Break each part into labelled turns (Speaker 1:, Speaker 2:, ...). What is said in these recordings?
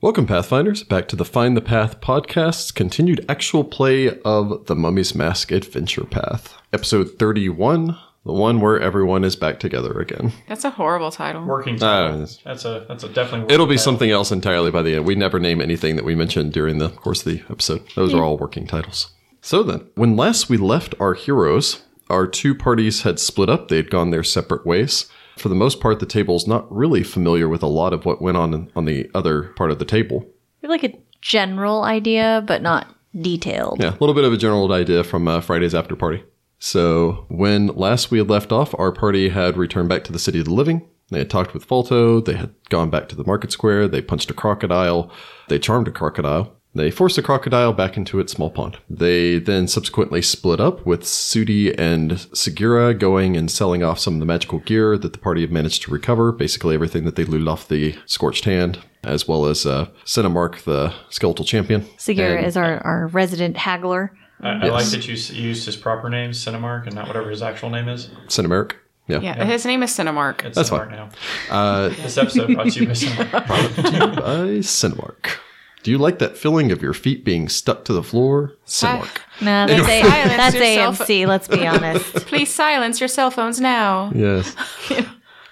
Speaker 1: Welcome, Pathfinders, back to the Find the Path podcast's continued actual play of the Mummy's Mask Adventure Path, episode 31, the one where everyone is back together again.
Speaker 2: That's a horrible title.
Speaker 3: Working
Speaker 1: Ah,
Speaker 3: title.
Speaker 1: it's-
Speaker 3: that's a that's a definitely.
Speaker 1: It'll be
Speaker 3: working
Speaker 1: something else entirely by the end. We never name anything that we mentioned during the course of the episode. Those are all working titles. So then, when last we left our heroes, our two parties had split up. They had gone their separate ways. For the most part, the table's not really familiar with a lot of what went on on the other part of the table.
Speaker 4: We have like a general idea, but not detailed.
Speaker 1: Yeah, a little bit of a general idea from uh, Friday's after party. So, when last we had left off, our party had returned back to the City of the Living. They had talked with Falto. They had gone back to the market square. They punched a crocodile. They charmed a crocodile. They forced a crocodile back into its small pond. They then subsequently split up, with Sudi and Segura going and selling off some of the magical gear that the party had managed to recover, basically everything that they looted off the Scorched Hand, as well as uh, Cinemark, the skeletal champion.
Speaker 4: Segura
Speaker 1: And-
Speaker 4: is our, our resident haggler.
Speaker 3: I, I like that you s- you used his proper name, Cinemark, and not whatever his actual name is.
Speaker 1: Cinemark. Yeah.
Speaker 2: Yeah, his name is Cinemark.
Speaker 3: It's
Speaker 1: That's
Speaker 3: Cinemark
Speaker 1: fine.
Speaker 3: now.
Speaker 1: Uh,
Speaker 3: This episode brought to you by Cinemark.
Speaker 1: by Cinemark. Do you like that feeling of your feet being stuck to the floor? Cinemark.
Speaker 2: Ah.
Speaker 4: No, that's, a,
Speaker 2: Silence
Speaker 4: that's
Speaker 2: yourself.
Speaker 4: AMC, let's be honest.
Speaker 2: Please silence your cell phones now.
Speaker 1: Yes.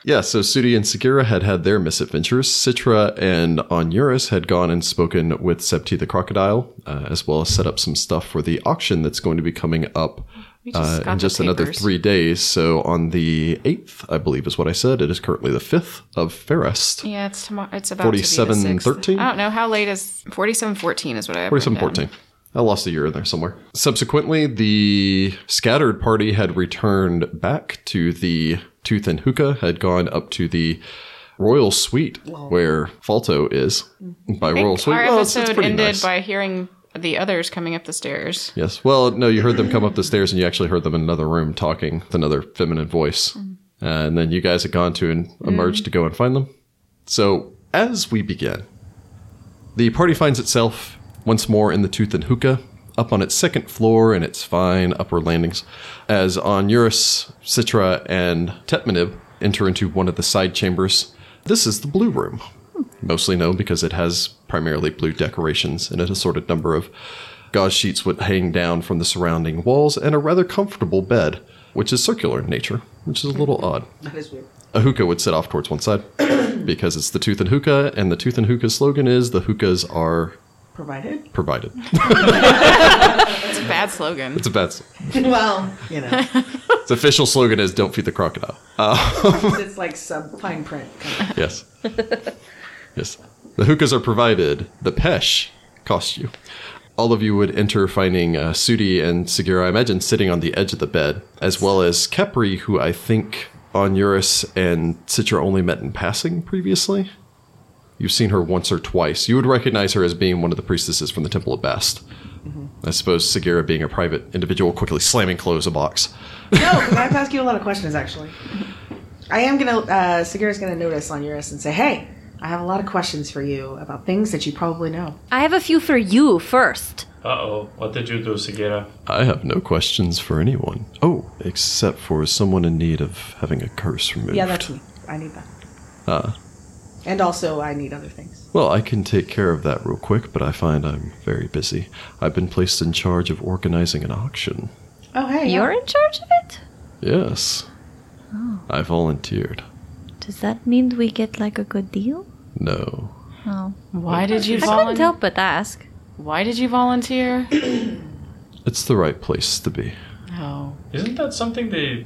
Speaker 1: yeah, so Sudi and Segura had had their misadventures. Citra and Onuris had gone and spoken with Septi the crocodile, uh, as well as set up some stuff for the auction that's going to be coming up
Speaker 2: We just
Speaker 1: uh,
Speaker 2: got
Speaker 1: in
Speaker 2: the
Speaker 1: just another
Speaker 2: papers.
Speaker 1: three days. So on the 8th, I believe is what I said, it is currently the 5th of Ferrest.
Speaker 2: Yeah, it's tomorrow. It's about to be the 6th.
Speaker 1: 47.13?
Speaker 2: I don't know how late is forty-seven fourteen is what I have written
Speaker 1: Forty-seven
Speaker 2: down.
Speaker 1: fourteen. I lost a year in there somewhere. Subsequently, the scattered party had returned back to the Tooth and Hookah, had gone up to the Royal Suite where Falto is. By
Speaker 2: Mm-hmm. I think
Speaker 1: Royal Suite,
Speaker 2: Our
Speaker 1: well, it's,
Speaker 2: episode
Speaker 1: it's pretty
Speaker 2: ended
Speaker 1: nice.
Speaker 2: by hearing the others coming up the stairs.
Speaker 1: yes. Well, no, you heard them come up the stairs and you actually heard them in another room talking with another feminine voice.
Speaker 2: Mm-hmm.
Speaker 1: Uh, and then you guys had gone to and emerged to go and find them. So, as we begin, The party finds itself once more in the Tooth and Hookah, up on its second floor in its fine upper landings, as Onuris, Citra, and Tetmanib enter into one of the side chambers. This is the Blue Room, mostly known because it has primarily blue decorations and an assorted number of gauze sheets would hang down from the surrounding walls and a rather comfortable bed, which is circular in nature, which is a little odd
Speaker 5: That is weird.
Speaker 1: a hookah would sit off towards one side because it's the tooth and hookah, and the tooth and hookah slogan is the hookahs are
Speaker 5: Provided.
Speaker 1: provided.
Speaker 2: It's a bad slogan.
Speaker 1: It's a bad.
Speaker 5: well, you know,
Speaker 1: Its official slogan is "Don't feed the crocodile."
Speaker 5: it's like sub fine print. Kind
Speaker 1: Yes, yes. The hookahs are provided. The pesh costs you. All of you would enter, finding uh, Sudi and Segura. I imagine sitting on the edge of the bed, as well as Kepri, who I think Onuris and Citra only met in passing previously. You've seen her once or twice. You would recognize her as being one of the priestesses from the Temple of Bast. I suppose Segura, being a private individual, quickly slamming close a box.
Speaker 5: no, because I have to ask you a lot of questions actually. I am gonna. Uh, Segura's gonna notice on Eurus and say, "Hey, I have a lot of questions for you about things that you probably know."
Speaker 4: I have a few for you first.
Speaker 3: Uh oh, what did you do, Segura?
Speaker 1: I have no questions for anyone. Oh, except for someone in need of having a curse removed.
Speaker 5: Yeah, that's Uh. me. I need that. And also, I need other things.
Speaker 1: Well, I can take care of that real quick, but I find I'm very busy. I've been placed in charge of organizing an auction.
Speaker 5: Oh, hey,
Speaker 4: You're
Speaker 5: yeah.
Speaker 4: in charge of it?
Speaker 1: Yes.
Speaker 5: Oh.
Speaker 1: I volunteered.
Speaker 4: Does that mean we get like a good deal?
Speaker 1: No.
Speaker 4: Oh.
Speaker 2: Why did you
Speaker 4: I couldn't
Speaker 2: volunteer?
Speaker 4: help but ask.
Speaker 2: Why did you volunteer?
Speaker 1: It's the right place to be.
Speaker 2: Oh,
Speaker 3: Isn't that something they?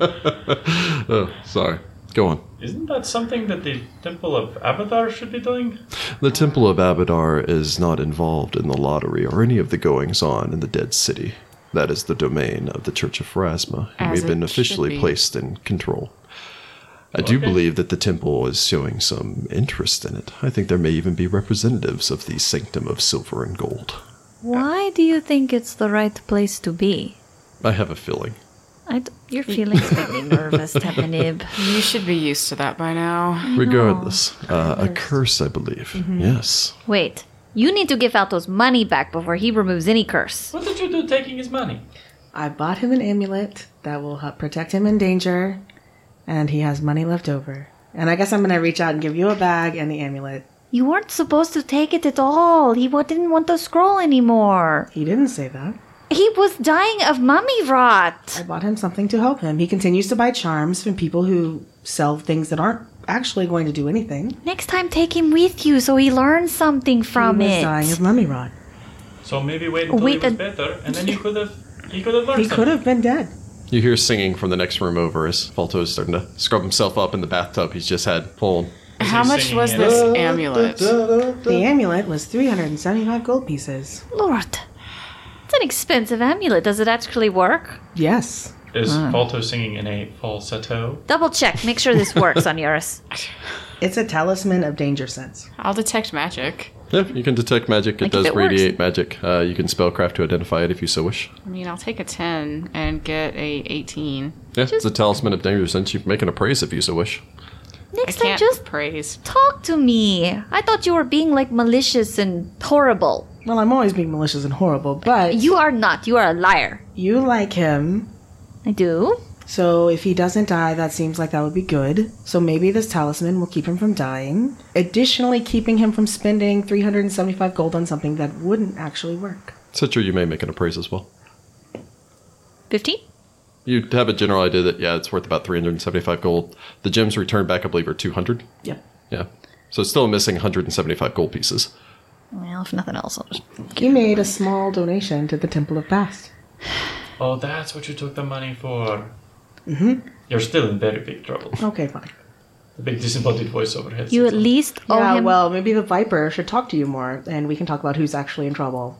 Speaker 1: oh, sorry. Go on.
Speaker 3: Isn't that something that the Temple of Avatar should be doing?
Speaker 1: The Temple of Abadar is not involved in the lottery or any of the goings on in the Dead City. That is the domain of the Church of Pharasma, and
Speaker 2: As
Speaker 1: we've been
Speaker 2: it should
Speaker 1: officially
Speaker 2: be.
Speaker 1: placed in control. I do
Speaker 3: Okay.
Speaker 1: believe that the temple is showing some interest in it. I think there may even be representatives of the Sanctum of Silver and Gold.
Speaker 4: Why do you think it's the right place to be?
Speaker 1: I have a feeling.
Speaker 4: I d- your feelings make me nervous, Tepanib.
Speaker 2: you should be used to that by now.
Speaker 1: Regardless, uh, a curse, I believe.
Speaker 2: Mm-hmm.
Speaker 1: Yes.
Speaker 4: Wait, you need to give Alto's money back before he removes any curse.
Speaker 3: What did you do taking his money?
Speaker 5: I bought him an amulet that will help protect him in danger, and he has money left over. And I guess I'm gonna reach out and give you a bag and the amulet
Speaker 4: You weren't supposed to take it at all. He wa- didn't want the scroll anymore.
Speaker 5: He didn't say that.
Speaker 4: He was dying of mummy rot.
Speaker 5: I bought him something to help him. He continues to buy charms from people who sell things that aren't actually going to do anything.
Speaker 4: Next time, take him with you so he learns something from
Speaker 5: he was
Speaker 4: it.
Speaker 5: dying of mummy rot.
Speaker 3: So maybe wait until
Speaker 4: Wait
Speaker 3: he was
Speaker 4: a-
Speaker 3: better, and then you could have he could have learned
Speaker 5: He could
Speaker 3: something.
Speaker 5: have been dead.
Speaker 1: You hear singing from the next room over as Falto is starting to scrub himself up in the bathtub he's just had full.
Speaker 2: How
Speaker 3: he
Speaker 2: much
Speaker 3: singing
Speaker 2: was
Speaker 3: it?
Speaker 2: this amulet?
Speaker 5: The amulet was 375 gold pieces.
Speaker 4: Lord, it's an expensive amulet. Does it actually work?
Speaker 5: Yes.
Speaker 3: Is Falto singing in a falsetto?
Speaker 4: Double check. Make sure this works on Eurus.
Speaker 5: It's a talisman of danger sense.
Speaker 2: I'll detect magic.
Speaker 1: Yep, you can detect magic. It
Speaker 4: Like, if
Speaker 1: does
Speaker 4: it works.
Speaker 1: radiate magic. Uh, you can spellcraft to identify it if you so wish.
Speaker 2: I mean, I'll take a 10 and get a 18.
Speaker 1: Yeah, it's a talisman of danger since you can make an appraise if you so wish.
Speaker 2: I
Speaker 4: Next time,
Speaker 2: can't
Speaker 4: just
Speaker 2: praise.
Speaker 4: talk to me. I thought you were being like malicious and horrible.
Speaker 5: Well, I'm always being malicious and horrible, but
Speaker 4: You are not. You are a liar.
Speaker 5: you like him.
Speaker 4: I do.
Speaker 5: So if he doesn't die, that seems like that would be good. So maybe this talisman will keep him from dying. Additionally, keeping him from spending 375 gold on something that wouldn't actually work.
Speaker 1: Citra, you may make an appraise as well.
Speaker 4: 15?
Speaker 1: You have a general idea that, yeah, it's worth about 375 gold. The gems returned back, I believe, are 200.
Speaker 5: Yep.
Speaker 1: Yeah. So it's still missing 175 gold pieces.
Speaker 4: Well, if nothing else, I'll just.
Speaker 5: He made a small donation to the Temple of Bast.
Speaker 3: Oh, that's what you took the money for. Mm-hmm. You're still in very big trouble.
Speaker 5: Okay, fine.
Speaker 3: The big disembodied voice overhead.
Speaker 4: You at least
Speaker 2: Oh,
Speaker 4: owe
Speaker 5: yeah,
Speaker 4: him.
Speaker 5: well, maybe the Viper should talk to you more, and we can talk about who's actually in trouble.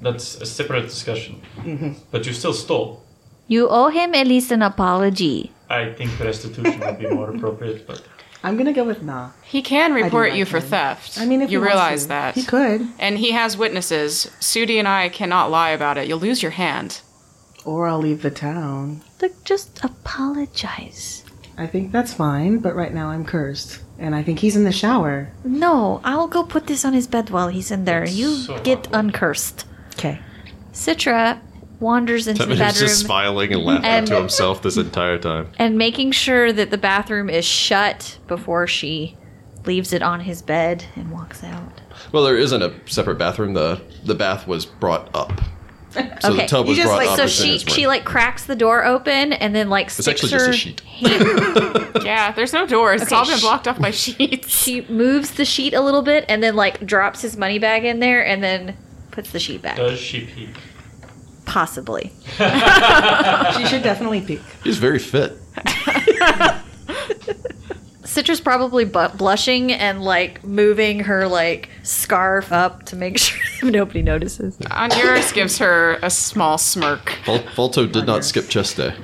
Speaker 3: That's a separate discussion.
Speaker 5: Mm-hmm.
Speaker 3: But you still stole.
Speaker 4: You owe him at least an apology.
Speaker 3: I think restitution would be more appropriate, but
Speaker 5: I'm gonna go with nah.
Speaker 2: He can report
Speaker 5: like
Speaker 2: you for
Speaker 5: him.
Speaker 2: theft.
Speaker 5: I mean, if
Speaker 2: you
Speaker 5: he
Speaker 2: realize
Speaker 5: wants to,
Speaker 2: that.
Speaker 5: he could,
Speaker 2: And he has witnesses. Sudi and I cannot lie about it. You'll lose your hand.
Speaker 5: or I'll leave the town.
Speaker 4: Look, just apologize.
Speaker 5: I think that's fine, but right now I'm cursed, and I think he's in the shower.
Speaker 4: No, I'll go put this on his bed while he's in there. You
Speaker 3: so
Speaker 4: get
Speaker 3: awkward.
Speaker 4: uncursed.
Speaker 5: Okay.
Speaker 4: Citra wanders into the
Speaker 1: He's
Speaker 4: bedroom
Speaker 1: just smiling and laughing
Speaker 4: And-
Speaker 1: to himself this entire time.
Speaker 4: and making sure that the bathroom is shut before she leaves it on his bed and walks out.
Speaker 1: Well, there isn't a separate bathroom. The the bath was brought up. So
Speaker 4: Okay.
Speaker 1: the tub
Speaker 4: You
Speaker 1: was
Speaker 5: just,
Speaker 1: brought
Speaker 5: like,
Speaker 1: up.
Speaker 4: So
Speaker 1: as in
Speaker 4: she
Speaker 1: his
Speaker 4: she
Speaker 1: room.
Speaker 4: like cracks the door open and then like
Speaker 1: It's
Speaker 4: sticks
Speaker 1: actually just
Speaker 4: her
Speaker 1: a sheet.
Speaker 2: Yeah, there's no doors. it's
Speaker 4: Okay,
Speaker 2: all been
Speaker 4: sh-
Speaker 2: blocked off by sheets.
Speaker 4: She moves the sheet a little bit and then like drops his money bag in there and then puts the sheet
Speaker 1: Uh,
Speaker 4: back.
Speaker 3: does she peek?
Speaker 4: Possibly.
Speaker 5: She should definitely peek.
Speaker 1: He's very fit.
Speaker 4: Citra's probably bu- blushing and like moving her like scarf up to make sure nobody notices.
Speaker 2: Onuris gives her a small smirk.
Speaker 1: Vol- Volto did not skip chest day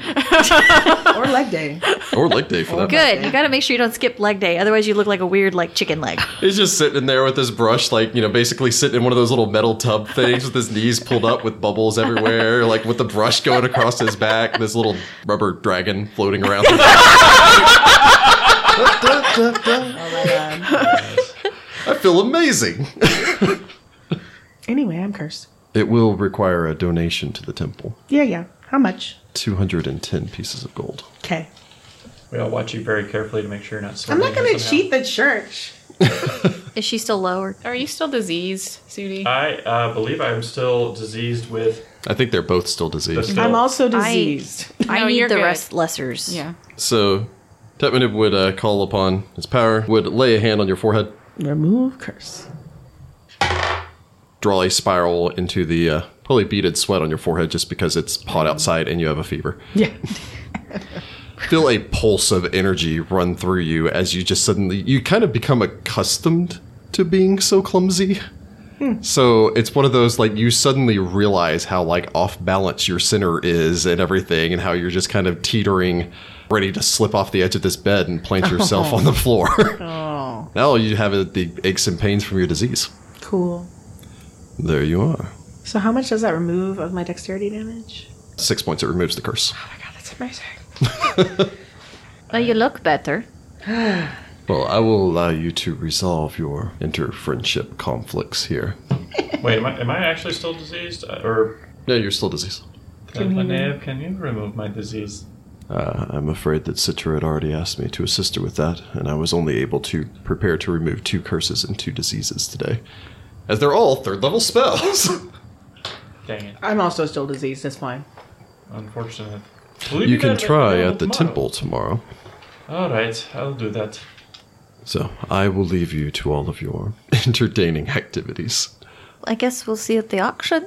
Speaker 5: Or leg day.
Speaker 1: or leg day for that. matter.
Speaker 4: Good. You got to make sure you don't skip leg day, otherwise you look like a weird like chicken leg.
Speaker 1: He's just sitting in there with his brush, like you know, basically sitting in one of those little metal tub things with his knees pulled up with bubbles everywhere, like with the brush going across his back, this little rubber dragon floating around.
Speaker 5: um,
Speaker 1: I feel amazing.
Speaker 5: Anyway, I'm cursed.
Speaker 1: It will require a donation to the temple.
Speaker 5: Yeah, yeah. How much?
Speaker 1: 210 pieces of gold.
Speaker 5: Okay.
Speaker 3: We all watch you very carefully to make sure you're not.
Speaker 5: I'm not
Speaker 3: swindling
Speaker 5: gonna
Speaker 3: her somehow.
Speaker 5: cheat the church.
Speaker 4: Is she still lowered?
Speaker 2: Are you still diseased, Sudi?
Speaker 3: I uh, believe I'm still diseased with.
Speaker 1: I think they're both still
Speaker 3: The
Speaker 1: diseased.
Speaker 3: still,
Speaker 5: I'm also
Speaker 4: I-
Speaker 5: diseased.
Speaker 4: I
Speaker 2: No,
Speaker 4: need
Speaker 2: you're
Speaker 4: the
Speaker 2: good.
Speaker 4: rest lessers.
Speaker 2: yeah.
Speaker 1: So, Tetmanib would uh, call upon his power, would lay a hand on your forehead,
Speaker 5: Remove curse.
Speaker 1: draw a spiral into the uh, probably beaded sweat on your forehead just because it's hot outside and you have a fever.
Speaker 5: Yeah.
Speaker 1: Feel a pulse of energy run through you as you just suddenly, you kind of become accustomed to being so clumsy. So it's one of those like you suddenly realize how like off balance your center is and everything, and how you're just kind of teetering, ready to slip off the edge of this bed and plant yourself on the floor. Now you have uh, the aches and pains from your disease.
Speaker 5: Cool.
Speaker 1: There you are.
Speaker 5: So how much does that remove of my dexterity damage?
Speaker 1: Six points. It removes the curse.
Speaker 5: Oh my god, that's amazing.
Speaker 4: Well, you look better.
Speaker 1: Well, I will allow you to resolve your inter-friendship conflicts here.
Speaker 3: Wait, am I, am I actually still diseased? Uh, Or
Speaker 1: Yeah, you're still diseased.
Speaker 3: Nave, can you remove my disease?
Speaker 1: Uh, I'm afraid that Citra had already asked me to assist her with that, and I was only able to prepare to remove two curses and two diseases today, as they're all third level spells.
Speaker 3: Dang it.
Speaker 5: I'm also still diseased. That's fine.
Speaker 3: Unfortunate. Will
Speaker 1: you
Speaker 3: be
Speaker 1: can
Speaker 3: back
Speaker 1: try
Speaker 3: tomorrow?
Speaker 1: at the temple tomorrow.
Speaker 3: Alright, I'll do that.
Speaker 1: So I will leave you to all of your entertaining activities.
Speaker 4: I guess we'll see at the auction.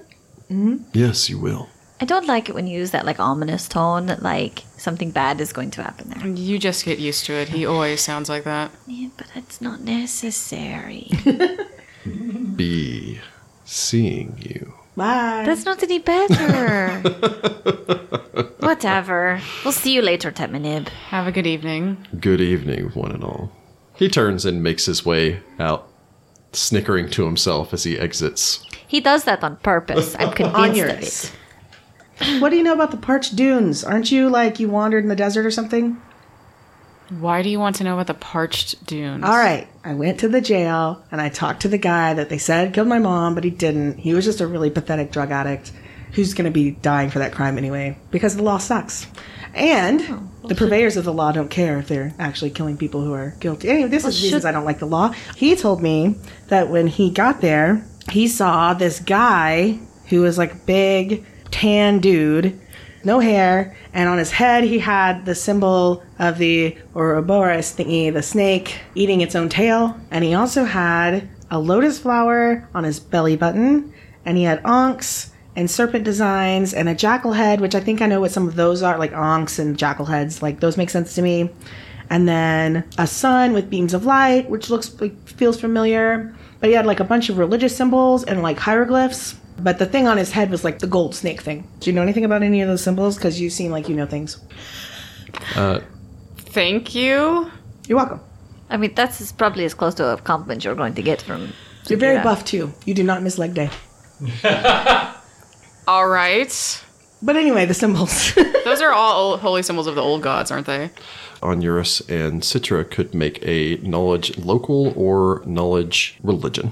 Speaker 1: Yes, you will.
Speaker 4: I don't like it when you use that like ominous tone that like something bad is going to happen there.
Speaker 2: You just get used to it. He always sounds like that.
Speaker 4: Yeah, but it's not necessary.
Speaker 1: Be seeing you.
Speaker 5: Bye.
Speaker 4: That's not any better. Whatever. We'll see you later, Tetanib.
Speaker 2: Have a good evening.
Speaker 1: Good evening, one and all. He turns and makes his way out, snickering to himself as he exits.
Speaker 4: He does that on purpose. I'm convinced of
Speaker 5: Onuris.
Speaker 4: it.
Speaker 5: what do you know about the parched dunes? Aren't you like you wandered in the desert or something?
Speaker 2: Why do you want to know about the parched dunes?
Speaker 5: All right. I went to the jail and I talked to the guy that they said killed my mom, but he didn't. He was just a really pathetic drug addict who's going to be dying for that crime anyway because the law sucks. And the purveyors of the law don't care if they're actually killing people who are guilty. Anyway, this is reasons I don't like the law. He told me that when he got there, he saw this guy who was like big tan dude, no hair, and on his head he had the symbol of the Ouroboros thingy, the snake eating its own tail, and he also had a lotus flower on his belly button, and he had onks and serpent designs and a jackal head, which I think I know what some of those are, like onks and jackal heads, like those make sense to me. And then a sun with beams of light, which looks like feels familiar. But he had like a bunch of religious symbols and like hieroglyphs. But the thing on his head was like the gold snake thing. Do you know anything about any of those symbols? Because you seem like you know things.
Speaker 2: Thank you.
Speaker 5: You're welcome.
Speaker 4: I mean, that's as- probably as close to a compliment you're going to get from.
Speaker 5: You're very
Speaker 4: Zadira.
Speaker 5: buff too. You do not miss leg day.
Speaker 2: All right.
Speaker 5: But anyway, the symbols.
Speaker 2: Those are all old, holy symbols of the old gods, aren't they?
Speaker 1: Onuris and Citra could make a knowledge local or knowledge religion.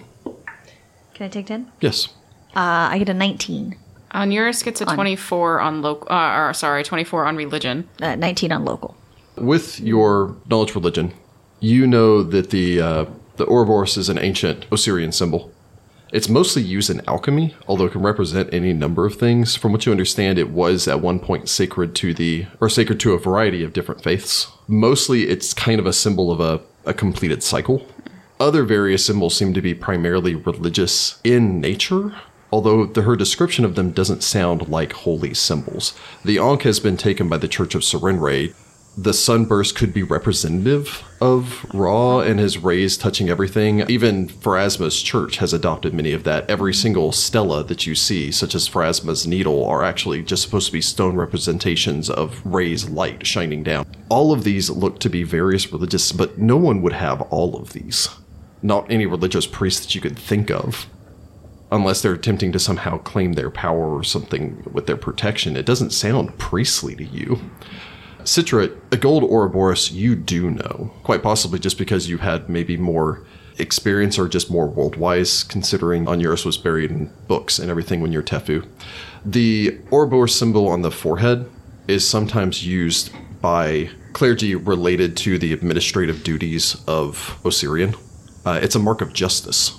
Speaker 4: Can I take 10?
Speaker 1: Yes.
Speaker 4: Uh, I get a 19.
Speaker 2: Onuris gets a 24 on local, uh, or sorry, 24 on religion.
Speaker 4: Uh, 19 on local.
Speaker 1: With your knowledge religion, you know that the uh, the Ouroboros is an ancient Osirian symbol. It's mostly used in alchemy, although it can represent any number of things. From what you understand, it was at one point sacred to the or sacred to a variety of different faiths. Mostly, it's kind of a symbol of a, a completed cycle. Other various symbols seem to be primarily religious in nature, although the, her description of them doesn't sound like holy symbols. The Ankh has been taken by the Church of Serenre, the sunburst could be representative of Ra and his rays touching everything. Even Pharasma's church has adopted many of that. Every single stela that you see, such as Pharasma's needle, are actually just supposed to be stone representations of rays light shining down. All of these look to be various religious, but no one would have all of these. Not any religious priest that you could think of unless they're attempting to somehow claim their power or something with their protection. It doesn't sound priestly to you. Citra, the gold Ouroboros, you do know. Quite possibly just because you had maybe more experience or just more worldwise, considering Onuris was buried in books and everything when you're Tefu. The Ouroboros symbol on the forehead is sometimes used by clergy related to the administrative duties of Osirian. Uh, it's a mark of justice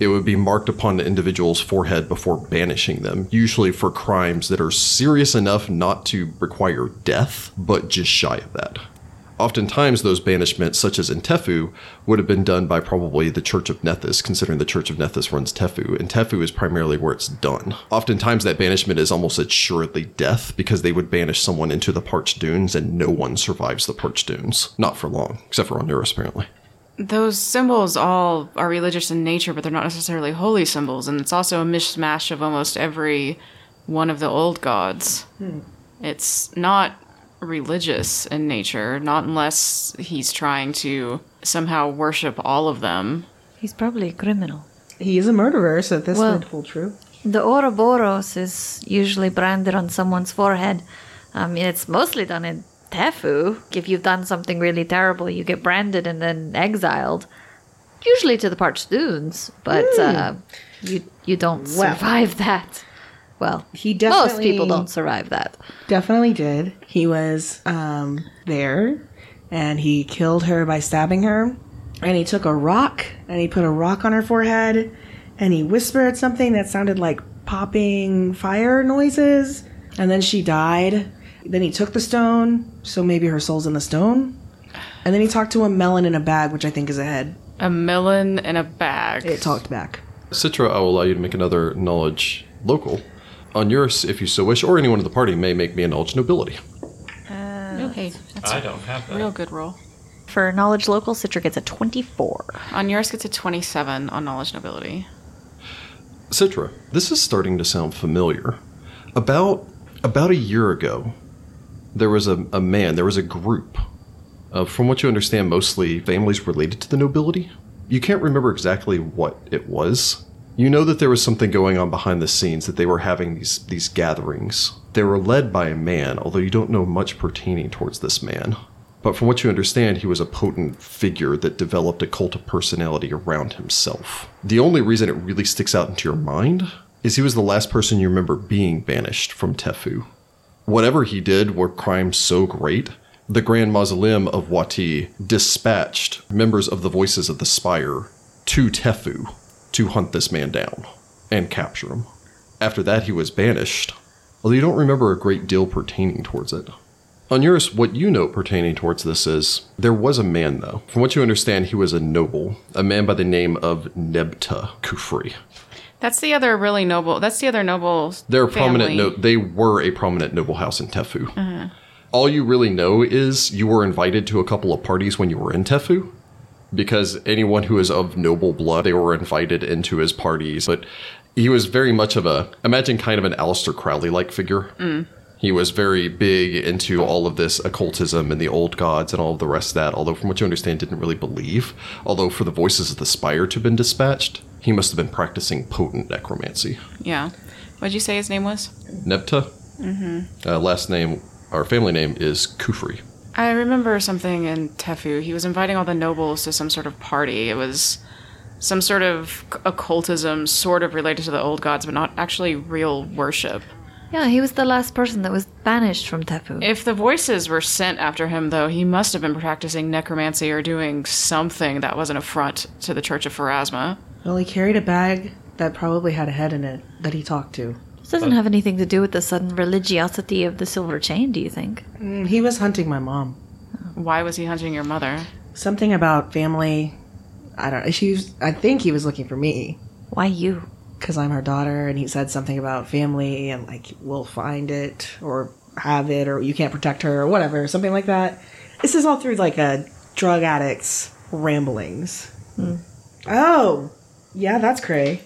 Speaker 1: it would be marked upon the individual's forehead before banishing them, usually for crimes that are serious enough not to require death, but just shy of that. Oftentimes, those banishments, such as in Tefu, would have been done by probably the Church of Nethys, considering the Church of Nethys runs Tefu, and Tefu is primarily where it's done. Oftentimes, that banishment is almost assuredly death because they would banish someone into the parched dunes, and no one survives the parched dunes. Not for long, except for Onuris, apparently.
Speaker 2: Those symbols all are religious in nature, but they're not necessarily holy symbols, and it's also a mishmash of almost every one of the old gods. It's not religious in nature, not unless he's trying to somehow worship all of them.
Speaker 4: He's probably a criminal.
Speaker 5: he is a murderer, so this
Speaker 4: Well-
Speaker 5: would hold true.
Speaker 4: The Ouroboros is usually branded on someone's forehead. I mean, it's mostly done in Tefu. If you've done something really terrible, you get branded and then exiled, Hmm. usually to the parched dunes. But uh, you you don't
Speaker 5: Well.
Speaker 4: survive that. Well,
Speaker 5: He
Speaker 4: most people
Speaker 5: definitely-
Speaker 4: don't survive that.
Speaker 5: Definitely did. He was um, there and he killed her by stabbing her. And he took a rock and he put a rock on her forehead and he whispered something that sounded like popping fire noises. And then she died. Then he took the stone, so maybe her soul's in the stone. And then he talked to a melon in a bag, which I think is a head.
Speaker 2: A melon in a bag.
Speaker 5: It talked back.
Speaker 1: Citra, I will allow you to make another knowledge local. On yours, if you so wish, or anyone of the party may make me a knowledge nobility.
Speaker 2: okay, that's
Speaker 3: I
Speaker 2: a
Speaker 3: don't have that.
Speaker 2: real good roll.
Speaker 4: For knowledge local, Citra gets a 24.
Speaker 2: On yours gets a 27 on knowledge and ability.
Speaker 1: Citra, this is starting to sound familiar. About about a year ago, there was a, a man, there was a group. Uh, from what you understand, mostly families related to the nobility. You can't remember exactly what it was. You know that there was something going on behind the scenes, that they were having these, these gatherings. They were led by a man, although you don't know much pertaining towards this man. But from what you understand, he was a potent figure that developed a cult of personality around himself. The only reason it really sticks out into your mind is he was the last person you remember being banished from Tefu. Whatever he did were crimes so great, the Grand Mausoleum of Wati dispatched members of the Voices of the Spire to Tefu to hunt this man down and capture him. After that, he was banished, although you don't remember a great deal pertaining towards it. On yours, what you know pertaining towards this is there was a man, though. From what you understand, he was a noble, a man by the name of Nebta Kufri.
Speaker 2: That's the other really noble. That's the other noble.
Speaker 1: They're a prominent.
Speaker 2: family.
Speaker 1: No, they were a prominent noble house in Tefu. Uh-huh. All you really know is you were invited to a couple of parties when you were in Tefu, because anyone who is of noble blood, they were invited into his parties. But he was very much of a imagine kind of an Aleister Crowley like figure. He was very big into all of this occultism and the old gods and all of the rest of that, although from what you understand didn't really believe. Although for the voices of the spire to have been dispatched, he must have been practicing potent necromancy.
Speaker 2: Yeah. What'd you say his name was?
Speaker 1: Nepta. Mm-hmm. Uh, last name, our family name is Kufri.
Speaker 2: I remember something in Tefu. He was inviting all the nobles to some sort of party. It was some sort of occultism, sort of related to the old gods, but not actually real worship.
Speaker 4: Yeah, he was the last person that was banished from Tepu.
Speaker 2: If the voices were sent after him, though, he must have been practicing necromancy or doing something that was an affront to the Church of Pharasma.
Speaker 5: Well, he carried a bag that probably had a head in it that he talked to.
Speaker 4: this doesn't have anything to do with the sudden religiosity of the silver chain, do you think?
Speaker 5: Mm, He was hunting my mom.
Speaker 2: Why was he hunting your mother?
Speaker 5: something about family. I don't know. She was, I think he was looking for me
Speaker 4: Why you?
Speaker 5: because I'm her daughter, and he said something about family and like we'll find it or have it or you can't protect her or whatever, something like that. This is all through like a drug addict's ramblings.
Speaker 1: Hmm.
Speaker 5: Oh, yeah, that's cray.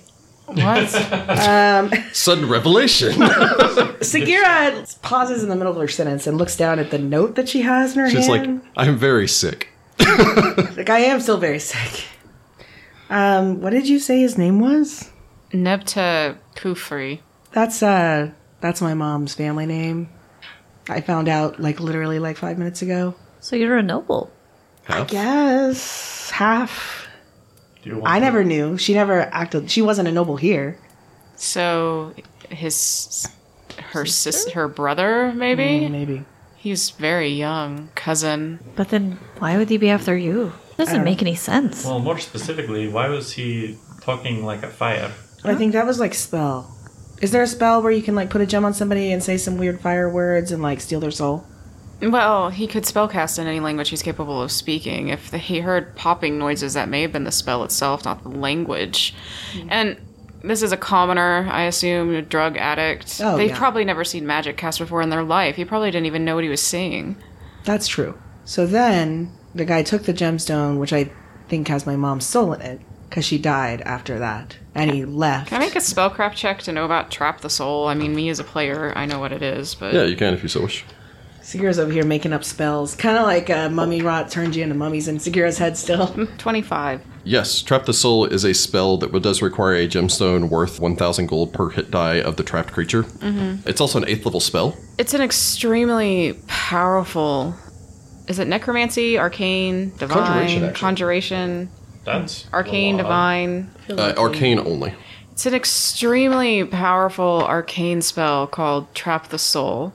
Speaker 2: What?
Speaker 1: Sudden revelation.
Speaker 5: Sagira pauses in the middle of her sentence and looks down at the note that she has in her
Speaker 1: She's like,
Speaker 5: hand.
Speaker 1: I'm very sick.
Speaker 5: like, I am still very sick. Um, what did you say his name was?
Speaker 2: Nebta Kufri.
Speaker 5: That's uh that's my mom's family name. I found out like literally like five minutes ago.
Speaker 4: So you're a noble.
Speaker 1: Half.
Speaker 5: Yes, half.
Speaker 3: Do you want
Speaker 5: I
Speaker 3: to-
Speaker 5: never knew. She never acted. She wasn't a noble here.
Speaker 2: So his her sis her brother Mm, maybe?
Speaker 5: Maybe.
Speaker 2: He's very young, cousin.
Speaker 4: But then why would he be after you? Doesn't make any sense.
Speaker 3: Well, more specifically, why was he talking like a fire?
Speaker 5: I think that was like spell. Is there a spell where you can like put a gem on somebody and say some weird fire words and like steal their soul?
Speaker 2: Well, he could spellcast in any language he's capable of speaking. If the, he heard popping noises, that may have been the spell itself, not the language.
Speaker 5: Hmm.
Speaker 2: And this is a commoner, I assume, a drug addict.
Speaker 5: Oh,
Speaker 2: They've
Speaker 5: yeah.
Speaker 2: probably never seen magic cast before in their life. He probably didn't even know what he was seeing.
Speaker 5: That's true. So then the guy took the gemstone, which I think has my mom's soul in it, because she died after that, and he left.
Speaker 2: Can I make a spellcraft check to know about Trap the Soul? I mean, me as a player, I know what it is, but
Speaker 1: Yeah, you can if you so wish.
Speaker 5: Segura's over here making up spells, kind of like uh, mummy rot turned you into mummies in Segura's head still.
Speaker 2: 25.
Speaker 1: Yes, Trap the Soul is a spell that does require a gemstone worth 1,000 gold per hit die of the trapped creature. Mm-hmm. It's also an 8th level spell.
Speaker 2: It's an extremely powerful. Is it necromancy, arcane, divine,
Speaker 1: Conjuration, actually.
Speaker 2: conjuration
Speaker 3: That's
Speaker 2: arcane,
Speaker 3: a lot.
Speaker 2: divine?
Speaker 1: Uh, arcane only.
Speaker 2: It's an extremely powerful arcane spell called Trap the Soul,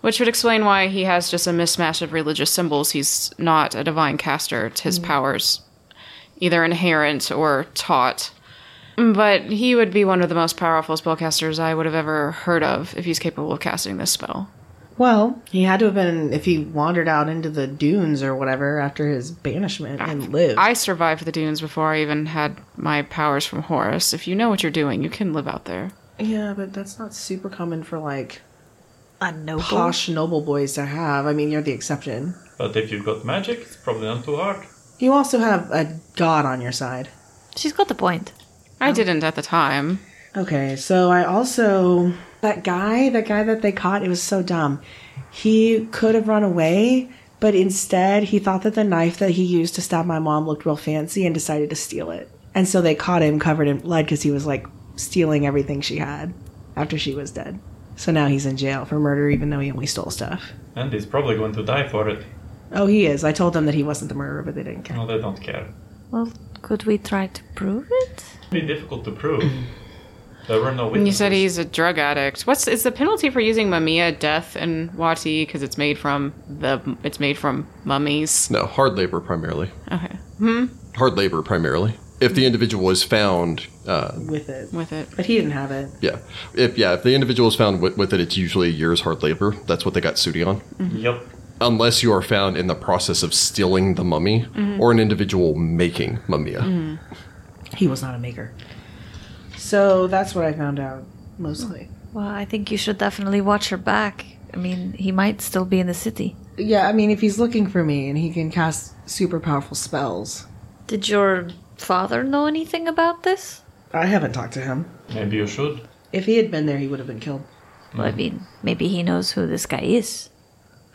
Speaker 2: which would explain why he has just a mismatch of religious symbols. He's not a divine caster, it's his powers either inherent or taught. But he would be one of the most powerful spellcasters I would have ever heard of if he's capable of casting this spell.
Speaker 5: Well, he had to have been if he wandered out into the dunes or whatever after his banishment and lived.
Speaker 2: I survived the dunes before I even had my powers from Horus. If you know what you're doing, you can live out there.
Speaker 5: yeah, but that's not super common for like
Speaker 4: A noble.
Speaker 5: posh noble boys to have. I mean, you're the exception.
Speaker 3: But if you've got magic, it's probably not too hard.
Speaker 5: You also have a god on your side.
Speaker 4: She's got the point.
Speaker 2: I didn't at the time.
Speaker 5: Okay, so I also that guy, that guy that they caught, it was so dumb. He could have run away, but instead he thought that the knife that he used to stab my mom looked real fancy and decided to steal it. And so they caught him covered in blood because he was like stealing everything she had after she was dead. So now he's in jail for murder, even though he only stole stuff.
Speaker 3: And he's probably going to die for it.
Speaker 5: Oh, he is. I told them that he wasn't the murderer, but they didn't care.
Speaker 3: No, they don't care.
Speaker 4: Well, could we try to prove it?
Speaker 3: It'd be difficult to prove. There were no
Speaker 2: And
Speaker 3: witnesses.
Speaker 2: you said he's a drug addict. What's is the penalty for using mumia death in Wati because it's made from the it's made from mummies?
Speaker 1: No, hard labor primarily.
Speaker 2: Okay,
Speaker 1: Hard labor primarily. If the individual is found, uh,
Speaker 5: With it.
Speaker 2: with it.
Speaker 5: But he didn't have it.
Speaker 1: yeah, if yeah, if the individual is found with, with it, it's usually a year's hard labor. That's what they got Sudi on.
Speaker 3: Yep.
Speaker 1: Unless you are found in the process of stealing the mummy or an individual making mummia.
Speaker 5: He was not a maker. So that's what I found out mostly.
Speaker 4: Well, I think you should definitely watch her back. I mean, he might still be in the city.
Speaker 5: Yeah, I mean, if he's looking for me and he can cast super powerful spells,
Speaker 4: Did your father know anything about this?
Speaker 5: I haven't talked to him.
Speaker 3: Maybe you should.
Speaker 5: If he had been there, he would have been killed.
Speaker 4: Well, I mean, maybe he knows who this guy is.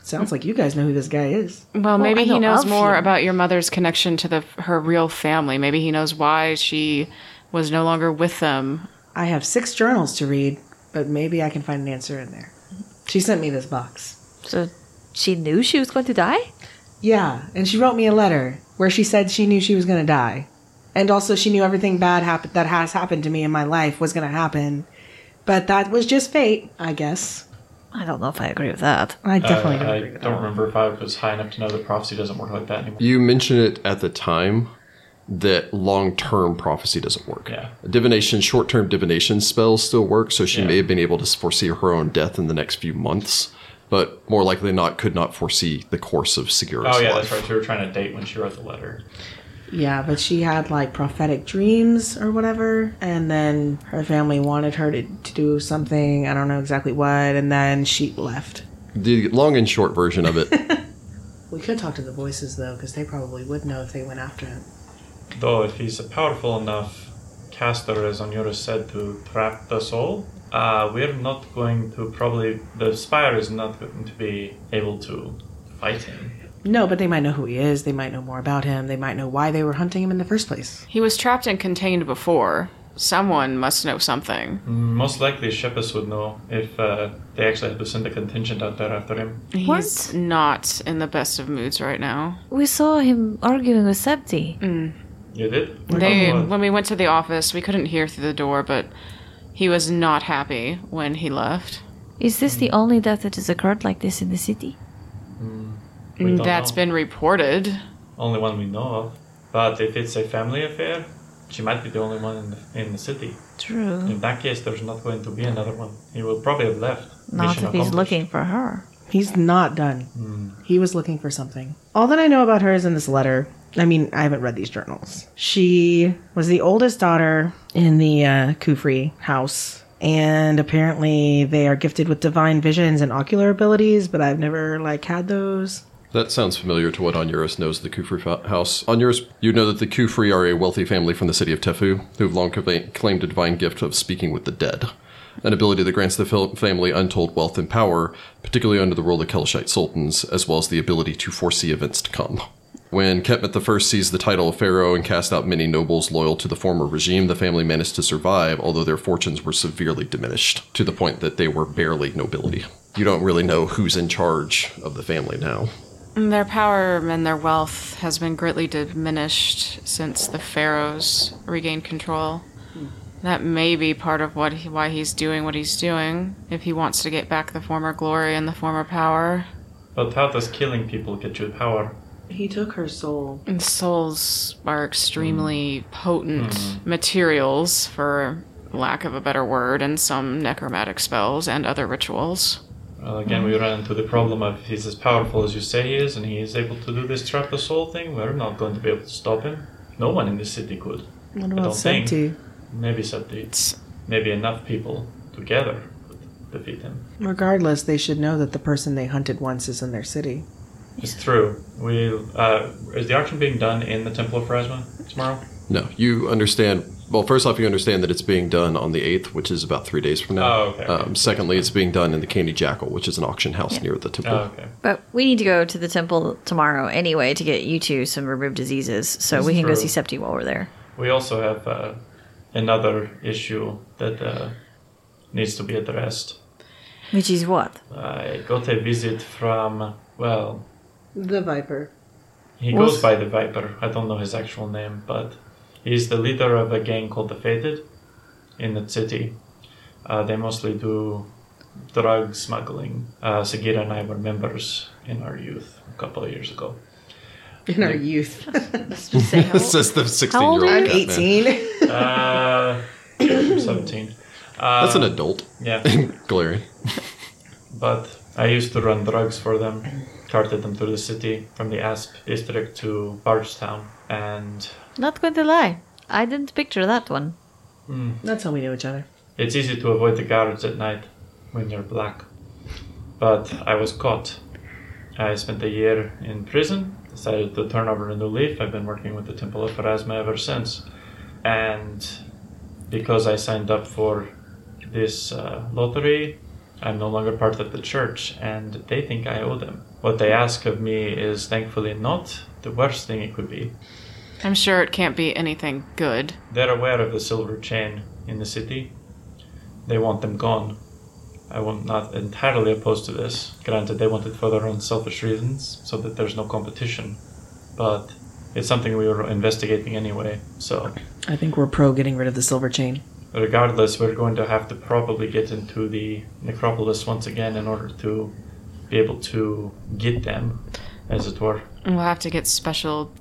Speaker 5: Sounds like you guys know who this guy is.
Speaker 2: Well, maybe
Speaker 4: I
Speaker 2: he
Speaker 4: know
Speaker 2: knows
Speaker 4: of
Speaker 2: more
Speaker 4: him.
Speaker 2: about your mother's connection to the her real family. Maybe he knows why she was no longer with them.
Speaker 5: I have six journals to read, but maybe I can find an answer in there. She sent me this box.
Speaker 4: So she knew she was going to die?
Speaker 5: Yeah, and she wrote me a letter where she said she knew she was going to die. And also, she knew everything bad happened that has happened to me in my life was going to happen. But that was just fate, I guess.
Speaker 4: I don't know if I agree with that.
Speaker 5: I definitely
Speaker 3: Uh,
Speaker 5: don't
Speaker 3: I
Speaker 5: agree with
Speaker 3: don't
Speaker 5: that.
Speaker 3: remember if I was high enough to know that prophecy doesn't work like that anymore.
Speaker 1: You mentioned it at the time that long term prophecy doesn't work.
Speaker 3: Yeah.
Speaker 1: Divination, short term divination spells still work, so she
Speaker 3: Yeah.
Speaker 1: may have been able to foresee her own death in the next few months, but more likely than not could not foresee the course of Segura's
Speaker 3: Oh yeah,
Speaker 1: life.
Speaker 3: that's right. You were trying to date when she wrote the letter.
Speaker 5: Yeah, but she had like prophetic dreams or whatever, and then her family wanted her to, to do something, I don't know exactly what, and then she left.
Speaker 1: The long and short version of it.
Speaker 5: We could talk to the voices though, because they probably would know if they went after him.
Speaker 3: Though if he's a powerful enough caster, as Onuris said, to trap the soul, uh, we're not going to probably the spire is not going to be able to fight him.
Speaker 5: No, but they might know who he is, they might know more about him, they might know why they were hunting him in the first place.
Speaker 2: He was trapped and contained before. Someone must know something.
Speaker 3: Most likely, Shepus would know if uh, they actually had to send a contingent out there after him.
Speaker 2: He's not in the best of moods right now.
Speaker 4: We saw him arguing with Septi.
Speaker 3: You did?
Speaker 2: They,
Speaker 3: Oh,
Speaker 2: when we went to the office, we couldn't hear through the door, but he was not happy when he left.
Speaker 4: Is this
Speaker 3: Mm.
Speaker 4: the only death that has occurred like this in the city?
Speaker 3: we don't
Speaker 2: That's
Speaker 3: know.
Speaker 2: been reported.
Speaker 3: only one we know of. But if it's a family affair, she might be the only one in the, in the city.
Speaker 4: True.
Speaker 3: In that case, there's not going to be another one. He will probably have left.
Speaker 4: Not
Speaker 3: Mission
Speaker 4: if he's
Speaker 3: accomplished.
Speaker 4: looking for her.
Speaker 5: He's not done. He was looking for something. All that I know about her is in this letter. I mean, I haven't read these journals. She was the oldest daughter in the uh, Kufri house, and apparently they are gifted with divine visions and ocular abilities, but I've never like had those.
Speaker 1: that sounds familiar to what Onuris knows of the Kufri fa- house. Onuris, you know that the Kufri are a wealthy family from the city of Tefu who've long cla- claimed a divine gift of speaking with the dead, an ability that grants the fil- family untold wealth and power, particularly under the rule of the Kelshite sultans, as well as the ability to foresee events to come. When Ketmet I seized the title of pharaoh and cast out many nobles loyal to the former regime, the family managed to survive, although their fortunes were severely diminished to the point that they were barely nobility. You don't really know who's in charge of the family now.
Speaker 2: Their power and their wealth has been greatly diminished since the pharaohs regained control. That may be part of what he, why he's doing what he's doing. If he wants to get back the former glory and the former power,
Speaker 3: But how does killing people get you power?
Speaker 5: He took her soul.
Speaker 2: and souls are
Speaker 3: Hmm.
Speaker 2: extremely potent materials, for lack of a better word, in some necromantic spells and other rituals.
Speaker 3: Well, again, we run into the problem of if he's as powerful as you say he is, and he is able to do this trap the soul thing. We're not going to be able to stop him. No one in the city could.
Speaker 5: What
Speaker 3: I
Speaker 5: about
Speaker 3: don't think.
Speaker 5: Septi?
Speaker 3: Maybe somebody,
Speaker 2: It's
Speaker 3: maybe enough people together could defeat him.
Speaker 5: Regardless, they should know that the person they hunted once is in their city.
Speaker 3: It's true. We uh, is the auction being done in the Temple of Phrasma tomorrow?
Speaker 1: No, you understand. Well, first off, you understand that it's being done on the 8th, which is about three days from now.
Speaker 3: Oh, okay, okay.
Speaker 1: Um, secondly, it's being done in the Candy Jackal, which is an auction house near the temple.
Speaker 3: Oh, okay.
Speaker 4: But we need to go to the temple tomorrow anyway to get you two some removed diseases, so we can go
Speaker 3: True.
Speaker 4: see Septi while we're there.
Speaker 3: We also have uh, another issue that uh, needs to be addressed.
Speaker 4: Which is what?
Speaker 3: I got a visit from well,
Speaker 5: The Viper.
Speaker 3: he
Speaker 4: Was-
Speaker 3: goes by the Viper. I don't know his actual name, but he's the leader of a gang called the Fated in the city. Uh, they mostly do drug smuggling. Uh, Sagira and I were members in our youth a couple of years ago.
Speaker 5: In our youth.
Speaker 1: Says the 16 year old.
Speaker 4: old are
Speaker 5: I'm 18.
Speaker 3: Uh, 17. Uh,
Speaker 1: That's an adult.
Speaker 3: yeah.
Speaker 1: Glaring.
Speaker 3: but I used to run drugs for them, carted them through the city from the Asp district to Bargetown, and
Speaker 4: Not going to lie. I didn't picture that one.
Speaker 5: That's how we know each other.
Speaker 3: it's easy to avoid the guards at night when you're black. But I was caught. I spent a year in prison, decided to turn over a new leaf. I've been working with the Temple of Pharasma ever since. And because I signed up for this uh, lottery, I'm no longer part of the church, and they think I owe them. What they ask of me is thankfully not the worst thing it could be.
Speaker 2: I'm sure it can't be anything good.
Speaker 3: They're aware of the silver chain in the city. They want them gone. I am not entirely opposed to this. Granted, they want it for their own selfish reasons, so that there's no competition. But it's something we were investigating anyway, so
Speaker 5: I think we're pro getting rid of the silver chain.
Speaker 3: regardless, we're going to have to probably get into the necropolis once again in order to be able to get them, as it were.
Speaker 2: We'll have to get special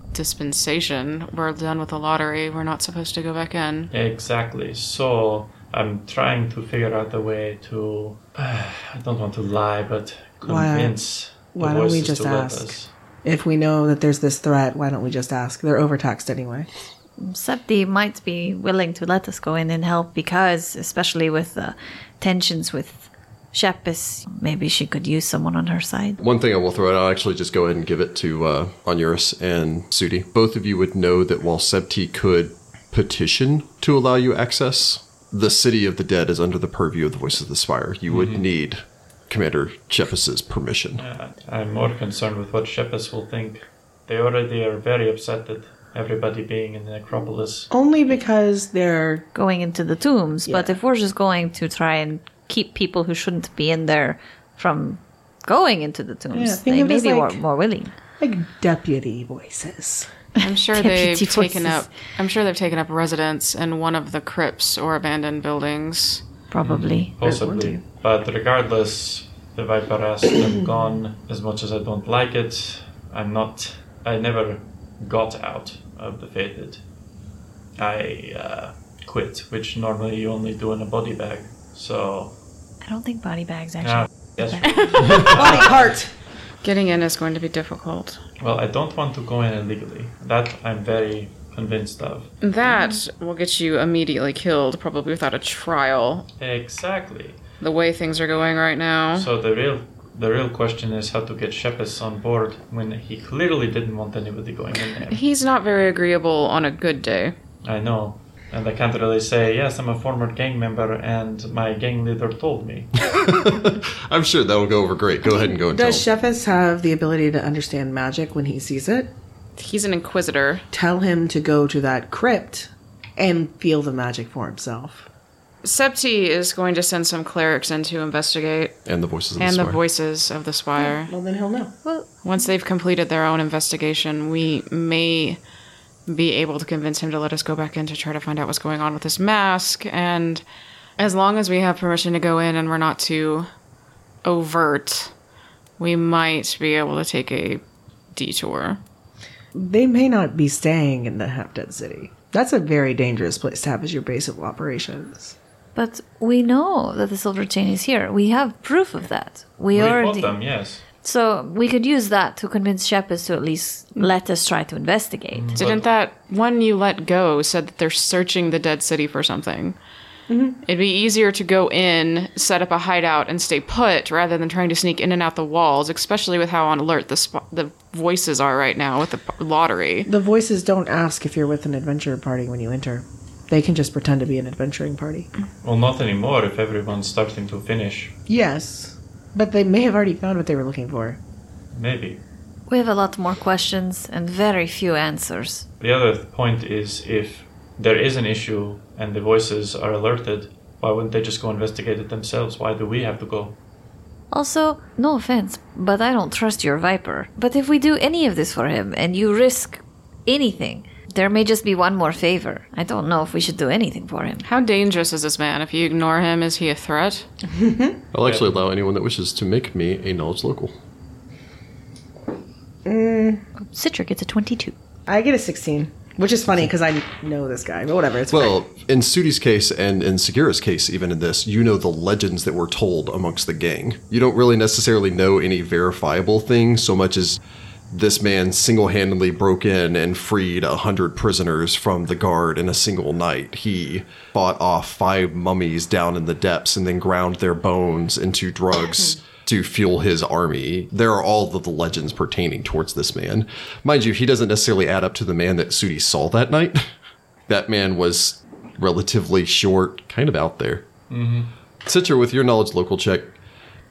Speaker 2: dispensation. We're done with the lottery. We're not supposed to go back in.
Speaker 3: Exactly. So I'm trying to figure out a way to. I don't want to lie, but
Speaker 5: Why-
Speaker 3: convince. the
Speaker 5: why don't we
Speaker 3: voices
Speaker 5: just
Speaker 3: to let
Speaker 5: ask?
Speaker 3: us.
Speaker 5: If we know that there's this threat, why don't we just ask? They're overtaxed anyway.
Speaker 4: Septi might be willing to let us go in and help because, especially with the tensions with Shepis, maybe she could use someone on her side.
Speaker 1: One thing I will throw out, I'll actually just go ahead and give it to uh, Onuris and Sudi. Both of you would know that while Septi could petition to allow you access, the city of the dead is under the purview of the voice of the spire. You would
Speaker 3: Mm-hmm.
Speaker 1: need Commander Chepas's permission.
Speaker 3: Uh, I'm more concerned with what Shepis will think. They already are very upset at everybody being in the necropolis.
Speaker 5: Only because they're
Speaker 4: Going into the tombs, but
Speaker 5: Yeah.
Speaker 4: if we're just going to try and keep people who shouldn't be in there from going into the tombs,
Speaker 5: Yeah, think
Speaker 4: they
Speaker 5: of it
Speaker 4: may
Speaker 5: as
Speaker 4: be more,
Speaker 5: like-
Speaker 4: more willing.
Speaker 5: like deputy voices.
Speaker 2: I'm sure
Speaker 4: Deputy
Speaker 2: they've taken
Speaker 4: voices.
Speaker 2: up. I'm sure they've taken up residence in one of the crypts or abandoned buildings.
Speaker 5: Mm-hmm.
Speaker 4: Probably.
Speaker 3: Possibly. But regardless, the Viper asked them gone. As much as I don't like it, I'm not. I never got out of the fated. I uh, quit, which normally you only do in a body bag. So.
Speaker 4: I don't think body bags actually.
Speaker 3: ah, yes.
Speaker 5: Body part.
Speaker 2: Getting in is going to be difficult.
Speaker 3: Well, I don't want to go in illegally. That I'm very convinced of.
Speaker 2: That will get you immediately killed, probably without a trial.
Speaker 3: Exactly.
Speaker 2: The way things are going right now.
Speaker 3: So the real. The real question is how to get Shepis on board when he clearly didn't want anybody going in there.
Speaker 2: He's not very agreeable on a good day.
Speaker 3: I know. And I can't really say, yes, I'm a former gang member and my gang leader told me.
Speaker 1: I'm sure that will go over great. Go ahead and go and
Speaker 5: Does
Speaker 1: tell him.
Speaker 5: Shepis have the ability to understand magic when he sees it?
Speaker 2: He's an inquisitor.
Speaker 5: Tell him to go to that crypt and feel the magic for himself.
Speaker 2: Septi is going to send some clerics in to investigate,
Speaker 1: and the voices of the
Speaker 2: and the
Speaker 1: spire.
Speaker 2: voices of the spire.
Speaker 5: Well, then he'll know.
Speaker 2: Once they've completed their own investigation, we may be able to convince him to let us go back in to try to find out what's going on with this mask. And as long as we have permission to go in and we're not too overt, we might be able to take a detour.
Speaker 5: They may not be staying in the half dead city. That's a very dangerous place to have as your base of operations.
Speaker 4: But we know that the silver chain is here. We have proof of that. We,
Speaker 3: We
Speaker 4: already.
Speaker 3: bought them, yes.
Speaker 4: So we could use that to convince Shepis to at least let us try to investigate.
Speaker 2: Didn't that one you let go said that they're searching the dead city for something? It'd be easier to go in, set up a hideout, and stay put rather than trying to sneak in and out the walls, especially with how on alert the sp- the voices are right now with the p- lottery.
Speaker 5: The voices don't ask if you're with an adventure party when you enter. They can just pretend to be an adventuring party.
Speaker 3: Well, not anymore if everyone's starting to finish.
Speaker 5: Yes, but they may have already found what they were looking for.
Speaker 3: Maybe.
Speaker 4: We have a lot more questions and very few answers.
Speaker 3: The other point is if there is an issue and the voices are alerted, why wouldn't they just go investigate it themselves? Why do we have to go?
Speaker 4: Also, no offense, but I don't trust your Viper. But if we do any of this for him and you risk anything, there may just be one more favor. I don't know if we should do anything for him.
Speaker 2: How dangerous is this man? If you ignore him, is he a threat?
Speaker 1: I'll actually allow anyone that wishes to make me a knowledge local.
Speaker 4: Citric, it's a 22.
Speaker 5: I get a 16, which is funny because I know this guy, but whatever. It's fine.
Speaker 1: Well, in Sudi's case and in Segura's case, even in this, you know the legends that were told amongst the gang. You don't really necessarily know any verifiable things so much as this man single handedly broke in and freed a hundred prisoners from the guard in a single night. He fought off five mummies down in the depths and then ground their bones into drugs. To fuel his army. There are all of the legends pertaining towards this man. Mind you, he doesn't necessarily add up to the man that Sudi saw that night. that man was relatively short, kind of out there. Mm-hmm. Citra, with your knowledge local check,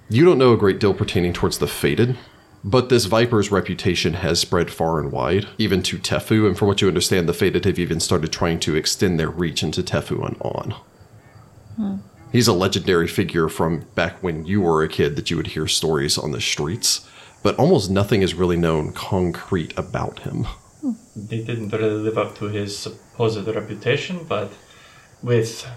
Speaker 1: you don't know a great deal pertaining towards the fated, but this Viper's reputation has spread far and wide, even to Tefu, and from what you understand, the fated have even started trying to extend their reach into Tefu and on. He's a legendary figure from back when you were a kid that you would hear stories on the streets, but almost nothing is really known concrete about him.
Speaker 3: They didn't really live up to his supposed reputation, but with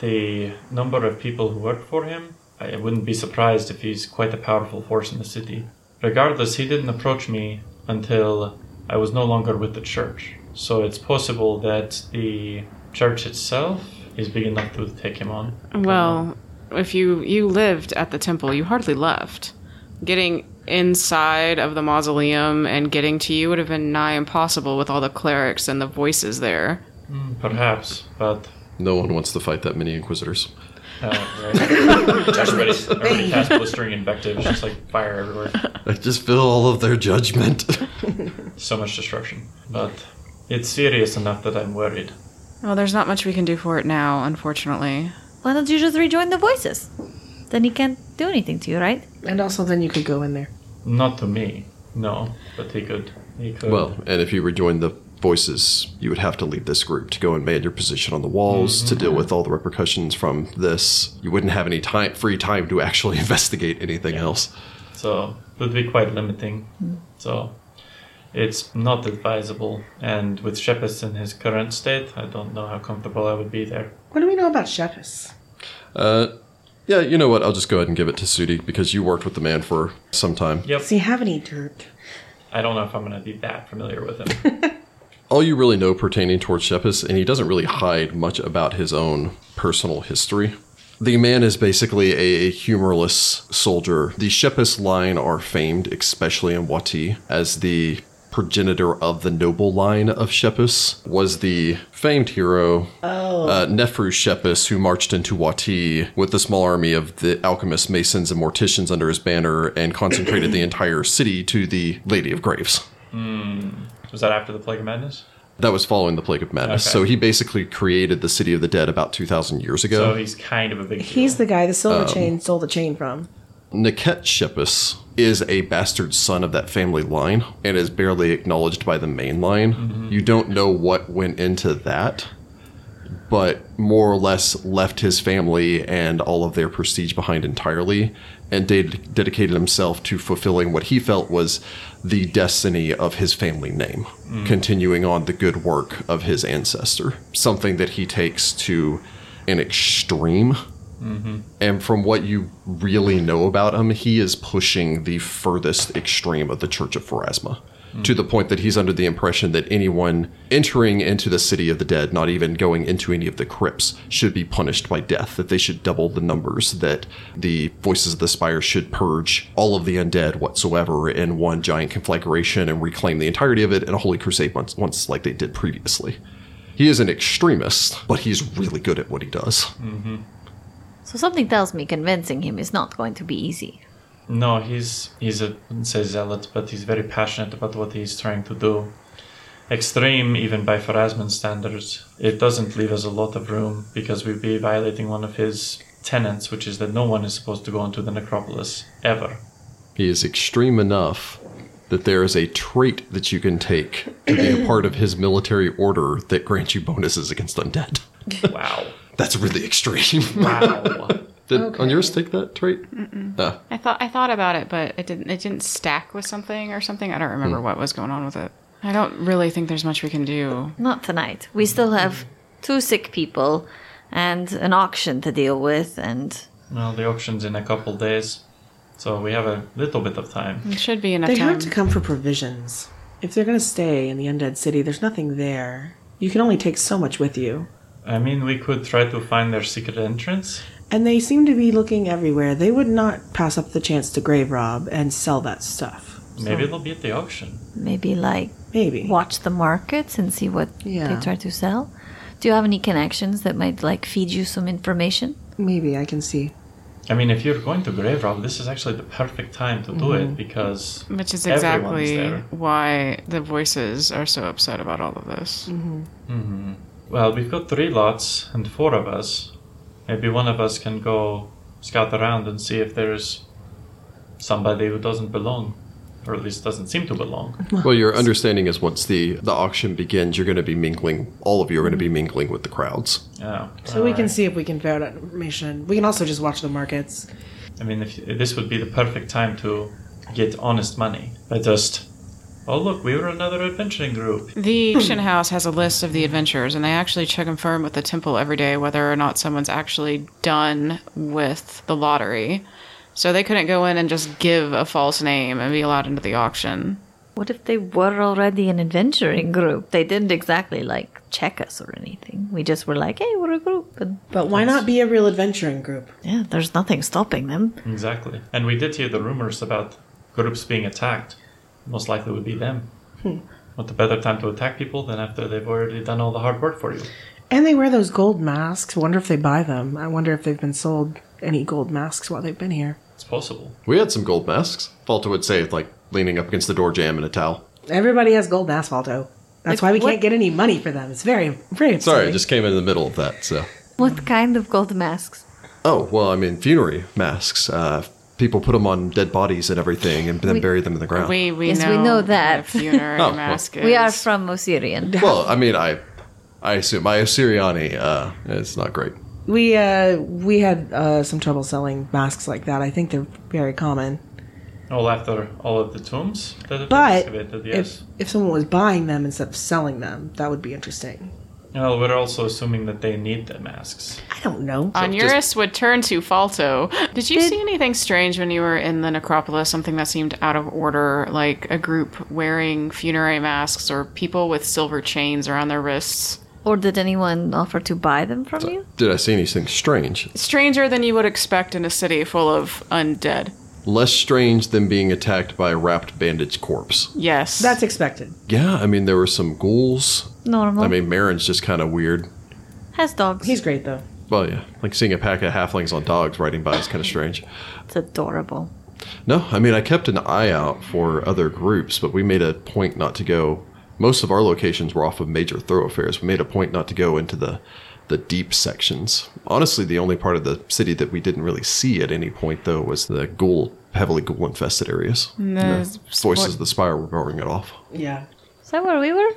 Speaker 3: the number of people who work for him, I wouldn't be surprised if he's quite a powerful force in the city. Regardless, he didn't approach me until I was no longer with the church. So it's possible that the church itself is big enough to take him on.
Speaker 2: Well, if you you lived at the temple, you hardly left. Getting inside of the mausoleum and getting to you would have been nigh impossible with all the clerics and the voices there.
Speaker 3: Perhaps, but
Speaker 1: No one wants to fight that many Inquisitors.
Speaker 3: Uh, right. everybody, everybody cast blistering invective. It's just like fire everywhere.
Speaker 1: I just feel all of their judgment.
Speaker 3: So much destruction. But it's serious enough that I'm worried.
Speaker 2: Well, there's not much we can do for it now, unfortunately.
Speaker 4: Why don't you just rejoin the voices? Then he can't do anything to you, right?
Speaker 5: and also then you could go in there.
Speaker 3: Not to me, no. But he could. He could.
Speaker 1: well, and if you rejoin the voices, you would have to leave this group to go and man your position on the walls to deal with all the repercussions from this. You wouldn't have any time, free time to actually investigate anything else.
Speaker 3: so it would be quite limiting. So it's not advisable. And with Shepis in his current state, I don't know how comfortable I would be there.
Speaker 5: What do we know about Shepis?
Speaker 1: Uh, Yeah, you know what? I'll just go ahead and give it to Sudi because you worked with the man for some time.
Speaker 3: Yep.
Speaker 5: Does he have any dirt?
Speaker 3: I don't know if I'm going to be that familiar with him.
Speaker 1: all you really know pertaining towards Shepis, and he doesn't really hide much about his own personal history. The man is basically a humorless soldier. The Shepis line are famed, especially in Wati, as the progenitor of the noble line of Shepis, was the famed hero uh, Nefru Shepis, who marched into Wati with a small army of the alchemists, masons, and morticians under his banner and consecrated the entire city to the Lady of Graves
Speaker 3: Was that after the Plague of Madness?
Speaker 1: that was following the plague of madness.
Speaker 3: Okay.
Speaker 1: So he basically created the city of the dead about 2,000 years
Speaker 3: So
Speaker 1: ago.
Speaker 3: he's kind of a big deal.
Speaker 5: He's the guy the silver chain stole the chain from.
Speaker 1: Neket Shepis is a bastard son of that family line and is barely acknowledged by the main line. You don't know what went into that, but more or less left his family and all of their prestige behind entirely and ded- dedicated himself to fulfilling what he felt was the destiny of his family name, continuing on the good work of his ancestor, something that he takes to an extreme. And from what you really know about him, he is pushing the furthest extreme of the Church of Pharasma to the point that he's under the impression that anyone entering into the city of the dead, not even going into any of the crypts, should be punished by death, that they should double the numbers, that the voices of the spire should purge all of the undead whatsoever in one giant conflagration and reclaim the entirety of it in a holy crusade once, once like they did previously. He is an extremist, but he's really good at what he does.
Speaker 4: So something tells me convincing him is not going to be easy.
Speaker 3: No, he's he's a I wouldn't say zealot, but he's very passionate about what he's trying to do. Extreme, even by Pharasman standards, it doesn't leave us a lot of room because we'd be violating one of his tenets, which is that no one is supposed to go into the necropolis ever.
Speaker 1: He is extreme enough that there is a trait that you can take to be a part of his military order that grants you bonuses against undead.
Speaker 3: Wow!
Speaker 1: That's really extreme.
Speaker 3: Wow!
Speaker 1: Did on yours take that trait? Ah,
Speaker 2: I thought I thought about it, but it didn't. It didn't stack with something or something. I don't remember
Speaker 3: Hmm.
Speaker 2: what was going on with it. I don't really think there's much we can do.
Speaker 4: Not tonight. We still have two sick people and an auction to deal with and
Speaker 3: well, the auction's in a couple days, so we have a little bit of time.
Speaker 2: It should be enough
Speaker 5: They
Speaker 2: time.
Speaker 5: have to come for provisions. If they're going to stay in the undead city, there's nothing there. You can only take so much with you.
Speaker 3: I mean, we could try to find their secret entrance.
Speaker 5: And they seem to be looking everywhere. They would not pass up the chance to grave rob and sell that stuff.
Speaker 3: Maybe it'll be at the auction.
Speaker 4: maybe like
Speaker 5: Maybe.
Speaker 4: watch the markets and see what
Speaker 5: Yeah.
Speaker 4: they try to sell. Do you have any connections that might like feed you some information?
Speaker 5: Maybe I can see.
Speaker 3: I mean, if you're going to grave rob, this is actually the perfect time to do it because
Speaker 2: Which is
Speaker 3: Everyone's
Speaker 2: exactly
Speaker 3: there.
Speaker 2: why the voices are so upset about all of this.
Speaker 3: Mm-hmm. Well, we've got three lots and four of us. Maybe one of us can go scout around and see if there's somebody who doesn't belong, or at least doesn't seem to belong.
Speaker 1: Well, your understanding is once the, the auction begins, you're going to be mingling, all of you are going to be mingling with the crowds.
Speaker 3: Yeah.
Speaker 5: So we can see if we can ferret out information. We can also just watch the markets.
Speaker 3: I mean, if this would be the perfect time to get honest money by just. Oh look, we were another adventuring group.
Speaker 2: The auction house has a list of the adventures, and they actually check and firm with the temple every day whether or not someone's actually done with the lottery. So they couldn't go in and just give a false name and be allowed into the auction.
Speaker 4: What if they were already an adventuring group? They didn't exactly like check us or anything. We just were like, hey, we're a group. And
Speaker 5: But why not be a real adventuring group?
Speaker 4: yeah, there's nothing stopping them.
Speaker 3: Exactly. And we did hear the rumors about groups being attacked. Most likely would be them.
Speaker 5: Hmm.
Speaker 3: What a better time to attack people than after they've already done all the hard work for you.
Speaker 5: And they wear those gold masks. Wonder if they buy them. I wonder if they've been sold any gold masks while they've been here.
Speaker 3: It's possible.
Speaker 1: We had some gold masks. Falta would say, like, leaning up against the door jam in a towel.
Speaker 5: Everybody has gold masks, Waldo. That's why we can't get any money for them. It's very, very upsetting.
Speaker 1: Sorry, I just came in the middle of that, so.
Speaker 4: What kind of gold masks?
Speaker 1: Oh, well, I mean, funerary masks. Uh, people put them on dead bodies and everything and then bury them in the ground.
Speaker 2: We we
Speaker 4: Yes,
Speaker 2: know
Speaker 4: we know that.
Speaker 2: the funerary
Speaker 1: Oh, well.
Speaker 2: mask.
Speaker 4: We are
Speaker 2: is-
Speaker 4: from Osirian.
Speaker 1: Well, I mean, I, I assume my Assyriani, uh, it's not great.
Speaker 5: we uh, we had uh, some trouble selling masks like that. I think they're very common.
Speaker 3: All after all of the tombs that have been
Speaker 5: But
Speaker 3: excavated, yes.
Speaker 5: if if someone was buying them instead of selling them, that would be interesting.
Speaker 3: Well, we're also assuming that they need the masks.
Speaker 5: I don't know.
Speaker 2: Onuris would turn to Falto. Did you see anything strange when you were in the necropolis? Something that seemed out of order, like a group wearing funerary masks or people with silver chains around their wrists?
Speaker 4: Or did anyone offer to buy them from you?
Speaker 1: Did I see anything strange?
Speaker 2: Stranger than you would expect in a city full of undead.
Speaker 1: Less strange than being attacked by a wrapped bandage corpse.
Speaker 2: Yes.
Speaker 5: That's expected.
Speaker 1: Yeah, I mean, there were some ghouls.
Speaker 4: Normal.
Speaker 1: I mean, Marin's just kind of weird.
Speaker 4: Has dogs.
Speaker 5: He's great though.
Speaker 1: Well, yeah, like seeing a pack of halflings on dogs riding by is kind of strange.
Speaker 4: It's adorable.
Speaker 1: No, I mean, I kept an eye out for other groups, but we made a point not to go. Most of our locations were off of major thoroughfares. We made a point not to go into the the deep sections. Honestly, the only part of the city that we didn't really see at any point, though, was the ghoul, heavily ghoul infested areas. And
Speaker 2: the
Speaker 1: the voices of the spire were roaring it off.
Speaker 5: Yeah.
Speaker 4: Is that where we were?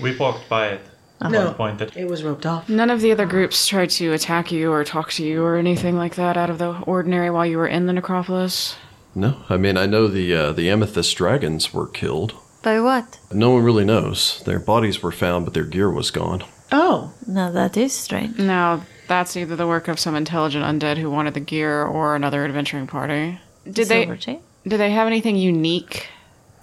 Speaker 3: We walked by it.
Speaker 5: Uh-huh.
Speaker 3: one point that
Speaker 5: It was roped off.
Speaker 2: None of the other groups tried to attack you or talk to you or anything like that out of the ordinary while you were in the necropolis.
Speaker 1: No, I mean I know the uh, the amethyst dragons were killed.
Speaker 4: By what?
Speaker 1: No one really knows. Their bodies were found, but their gear was gone.
Speaker 5: Oh,
Speaker 4: Now that is strange.
Speaker 2: Now, that's either the work of some intelligent undead who wanted the gear or another adventuring party. Did they
Speaker 4: Silver chain?
Speaker 2: did they have anything unique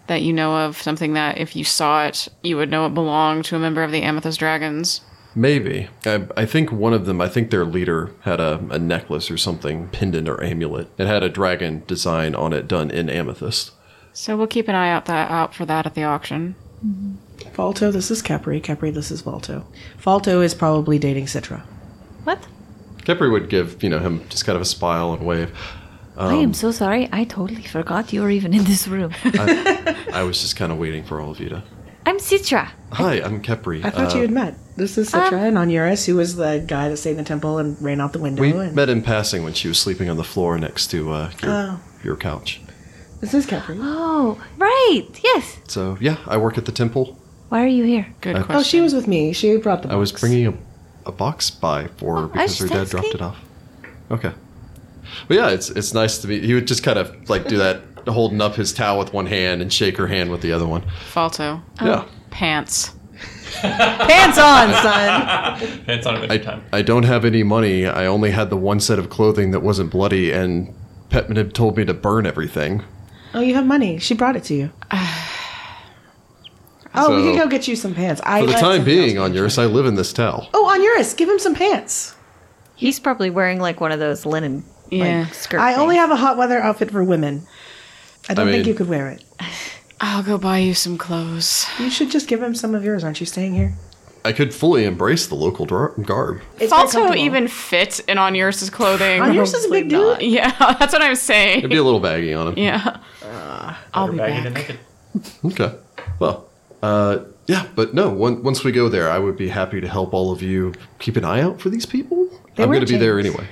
Speaker 2: that you know of? Something that if you saw it, you would know it belonged to a member of the Amethyst Dragons?
Speaker 1: Maybe. I, I think one of them, I think their leader had a, a necklace or something, pendant or amulet. It had a dragon design on it done in amethyst.
Speaker 2: So we'll keep an eye out that out for that at the auction.
Speaker 5: Falto, this is Capri. Capri, this is Falto. Falto is probably dating Citra.
Speaker 4: What?
Speaker 1: Kepri would give, you know, him just kind of a smile and wave.
Speaker 4: I
Speaker 1: Um,
Speaker 4: am so sorry. I totally forgot you were even in this room.
Speaker 1: I was just kind of waiting for all of you to.
Speaker 4: I'm Citra.
Speaker 1: Hi, I'm Kepri.
Speaker 5: I thought you had met. This
Speaker 1: uh,
Speaker 5: is Citra
Speaker 4: um,
Speaker 5: and Onuris, who was the guy that stayed in the temple and ran out the window.
Speaker 1: Uh, We
Speaker 5: and
Speaker 1: met in passing when she was sleeping on the floor next to uh, your,
Speaker 5: Oh.
Speaker 1: your couch.
Speaker 5: This is Capri.
Speaker 4: Oh, right. Yes.
Speaker 1: So, yeah, I work at the temple.
Speaker 4: Why are you here?
Speaker 2: Good
Speaker 1: Uh,
Speaker 2: question.
Speaker 5: Oh, she was with me. She brought the.
Speaker 1: I was
Speaker 5: books.
Speaker 1: bringing a, a box by for
Speaker 4: Oh, I
Speaker 1: her because
Speaker 4: was
Speaker 1: her
Speaker 4: just
Speaker 1: dad dropped
Speaker 4: asking.
Speaker 1: it off. Okay. But yeah, it's it's nice to be. He would just kind of like do that, holding up his towel with one hand and shake her hand with the other one.
Speaker 2: Falto.
Speaker 4: Oh.
Speaker 1: Yeah.
Speaker 2: Pants.
Speaker 5: pants on, son.
Speaker 3: it's not a good
Speaker 1: I,
Speaker 3: time.
Speaker 1: I don't have any money. I only had the one set of clothing that wasn't bloody, and Petman had told me to burn everything.
Speaker 5: Oh, you have money. She brought it to you. oh, we
Speaker 1: So-
Speaker 5: could go get you some pants. I
Speaker 1: For the
Speaker 5: left
Speaker 1: time
Speaker 5: something
Speaker 1: being,
Speaker 5: else.
Speaker 1: on yours, I live in this towel.
Speaker 5: Oh, Onuris, give him some pants.
Speaker 4: He's probably wearing like one of those linen
Speaker 2: Yeah.
Speaker 4: like, skirt.
Speaker 5: I only
Speaker 4: things.
Speaker 5: have a hot weather outfit for women. I don't think
Speaker 1: mean-
Speaker 5: you could wear it.
Speaker 2: I'll go buy you some clothes.
Speaker 5: You should just give him some of yours. Aren't you staying here?
Speaker 1: I could fully embrace the local dra- garb.
Speaker 5: It's very
Speaker 2: Falto
Speaker 5: comfortable.
Speaker 2: even fit in Onuris's clothing.
Speaker 5: Onuris is a
Speaker 4: Probably
Speaker 5: big dude.
Speaker 4: not.
Speaker 2: Yeah, that's what I'm saying.
Speaker 1: It'd be a little baggy on him.
Speaker 2: yeah. I'll
Speaker 1: Uh,
Speaker 3: Better
Speaker 2: be
Speaker 3: baggy than
Speaker 2: back.
Speaker 3: naked.
Speaker 1: Okay. Well, uh, yeah, but no. On, once we go there, I would be happy to help all of you keep an eye out for these people.
Speaker 5: They
Speaker 1: I'm
Speaker 5: wear
Speaker 1: going to be there
Speaker 5: chains.
Speaker 1: anyway.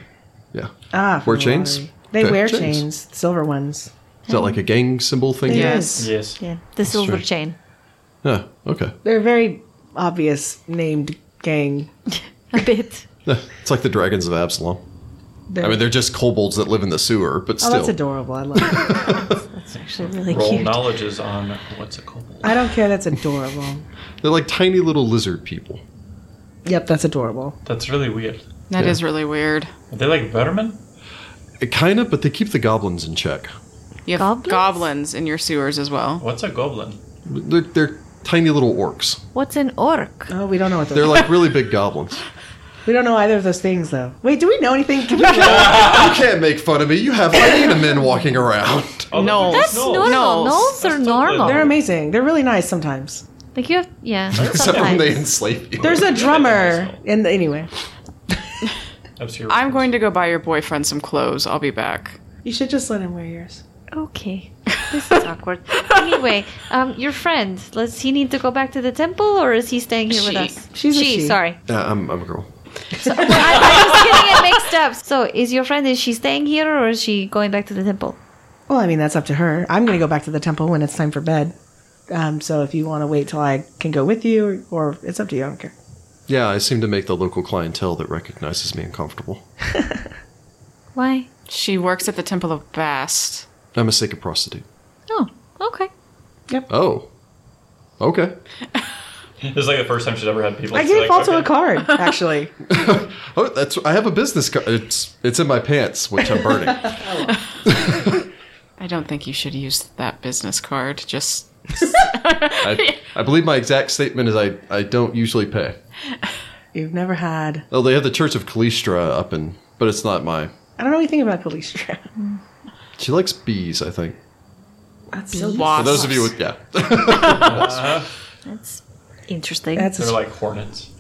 Speaker 1: Yeah.
Speaker 5: Ah, for
Speaker 1: Wear
Speaker 5: the
Speaker 1: chains?
Speaker 5: lottery. They
Speaker 1: Okay,
Speaker 5: wear
Speaker 1: chains.
Speaker 5: chains. silver ones.
Speaker 1: Is that like a gang symbol thing?
Speaker 5: It
Speaker 2: Yeah.
Speaker 5: is.
Speaker 3: Yes.
Speaker 4: Yeah, the silver
Speaker 1: true.
Speaker 4: chain.
Speaker 1: Yeah. Okay.
Speaker 5: They're very obvious named gang.
Speaker 4: A bit.
Speaker 1: Yeah, It's like the dragons of Absalom.
Speaker 5: They're,
Speaker 1: I mean, they're just kobolds that live in the sewer, but
Speaker 5: oh,
Speaker 1: still.
Speaker 5: that's adorable. I love it.
Speaker 4: That's actually really
Speaker 3: Roll
Speaker 4: cute.
Speaker 3: knowledges on what's a kobold.
Speaker 5: I don't care. That's adorable.
Speaker 1: They're like tiny little lizard people.
Speaker 5: Yep, that's adorable.
Speaker 3: That's really weird.
Speaker 2: That is
Speaker 1: Yeah.
Speaker 2: really weird.
Speaker 3: Are they like vermin?
Speaker 1: Uh, Kind of, but they keep the goblins in check.
Speaker 2: You have
Speaker 4: Goblins?
Speaker 2: goblins, in your sewers as well.
Speaker 3: What's a goblin?
Speaker 1: They're, they're tiny little orcs.
Speaker 4: What's an orc?
Speaker 5: Oh, we don't know what those
Speaker 1: They're like really big goblins.
Speaker 5: We don't know either of those things, though. Wait, do we know anything? Can we-
Speaker 1: You can't make fun of me. You have hyena men walking around.
Speaker 3: Oh,
Speaker 2: No.
Speaker 3: those are
Speaker 4: That's
Speaker 2: That's
Speaker 3: gnolls.
Speaker 2: Gnolls.
Speaker 4: normal. Gnolls are
Speaker 3: That's totally-
Speaker 4: normal.
Speaker 5: They're amazing. They're really nice sometimes.
Speaker 4: Like you have, yeah.
Speaker 1: Except when
Speaker 4: sometimes.
Speaker 1: they enslave you.
Speaker 5: There's a drummer. And anyway,
Speaker 3: That's your-
Speaker 2: I'm going to go buy your boyfriend some clothes. I'll be back.
Speaker 5: you should just let him wear yours.
Speaker 4: Okay, this is awkward. anyway, um, your friend. Does he need to go back to the temple, or is he staying here with
Speaker 2: She.
Speaker 4: us?
Speaker 5: She's a she.
Speaker 4: Sorry,
Speaker 1: Yeah, I'm, I'm a girl.
Speaker 4: I, I was getting it mixed up. So, is your friend is she staying here, or is she going back to the temple?
Speaker 5: Well, I mean, that's up to her. I'm going to go back to the temple when it's time for bed. Um, so if you want to wait till I can go with you, or, or it's up to you. I don't care.
Speaker 1: Yeah, I seem to make the local clientele that recognizes me uncomfortable.
Speaker 4: Why?
Speaker 2: She works at the Temple of Bast.
Speaker 1: I'm a sacred prostitute.
Speaker 4: Oh, okay.
Speaker 1: Oh. Okay.
Speaker 3: This is like the first time she's ever had people.
Speaker 5: I
Speaker 3: say,
Speaker 5: gave
Speaker 3: like,
Speaker 5: Falto a
Speaker 3: okay.
Speaker 5: card, actually.
Speaker 1: Oh, that's. I have a business card. It's it's in my pants, which I'm burning.
Speaker 2: I don't think you should use that business card. Just
Speaker 1: I, I believe my exact statement is I I don't usually pay.
Speaker 5: You've never had.
Speaker 1: Oh, they have the Church of Kalistra up in, but it's not my.
Speaker 5: I don't know anything about Kalistra.
Speaker 1: She likes bees, I think.
Speaker 5: That's so
Speaker 1: For
Speaker 2: wasps.
Speaker 1: those of you with yeah,
Speaker 4: That's interesting.
Speaker 5: That's
Speaker 3: They're
Speaker 5: a,
Speaker 3: like hornets.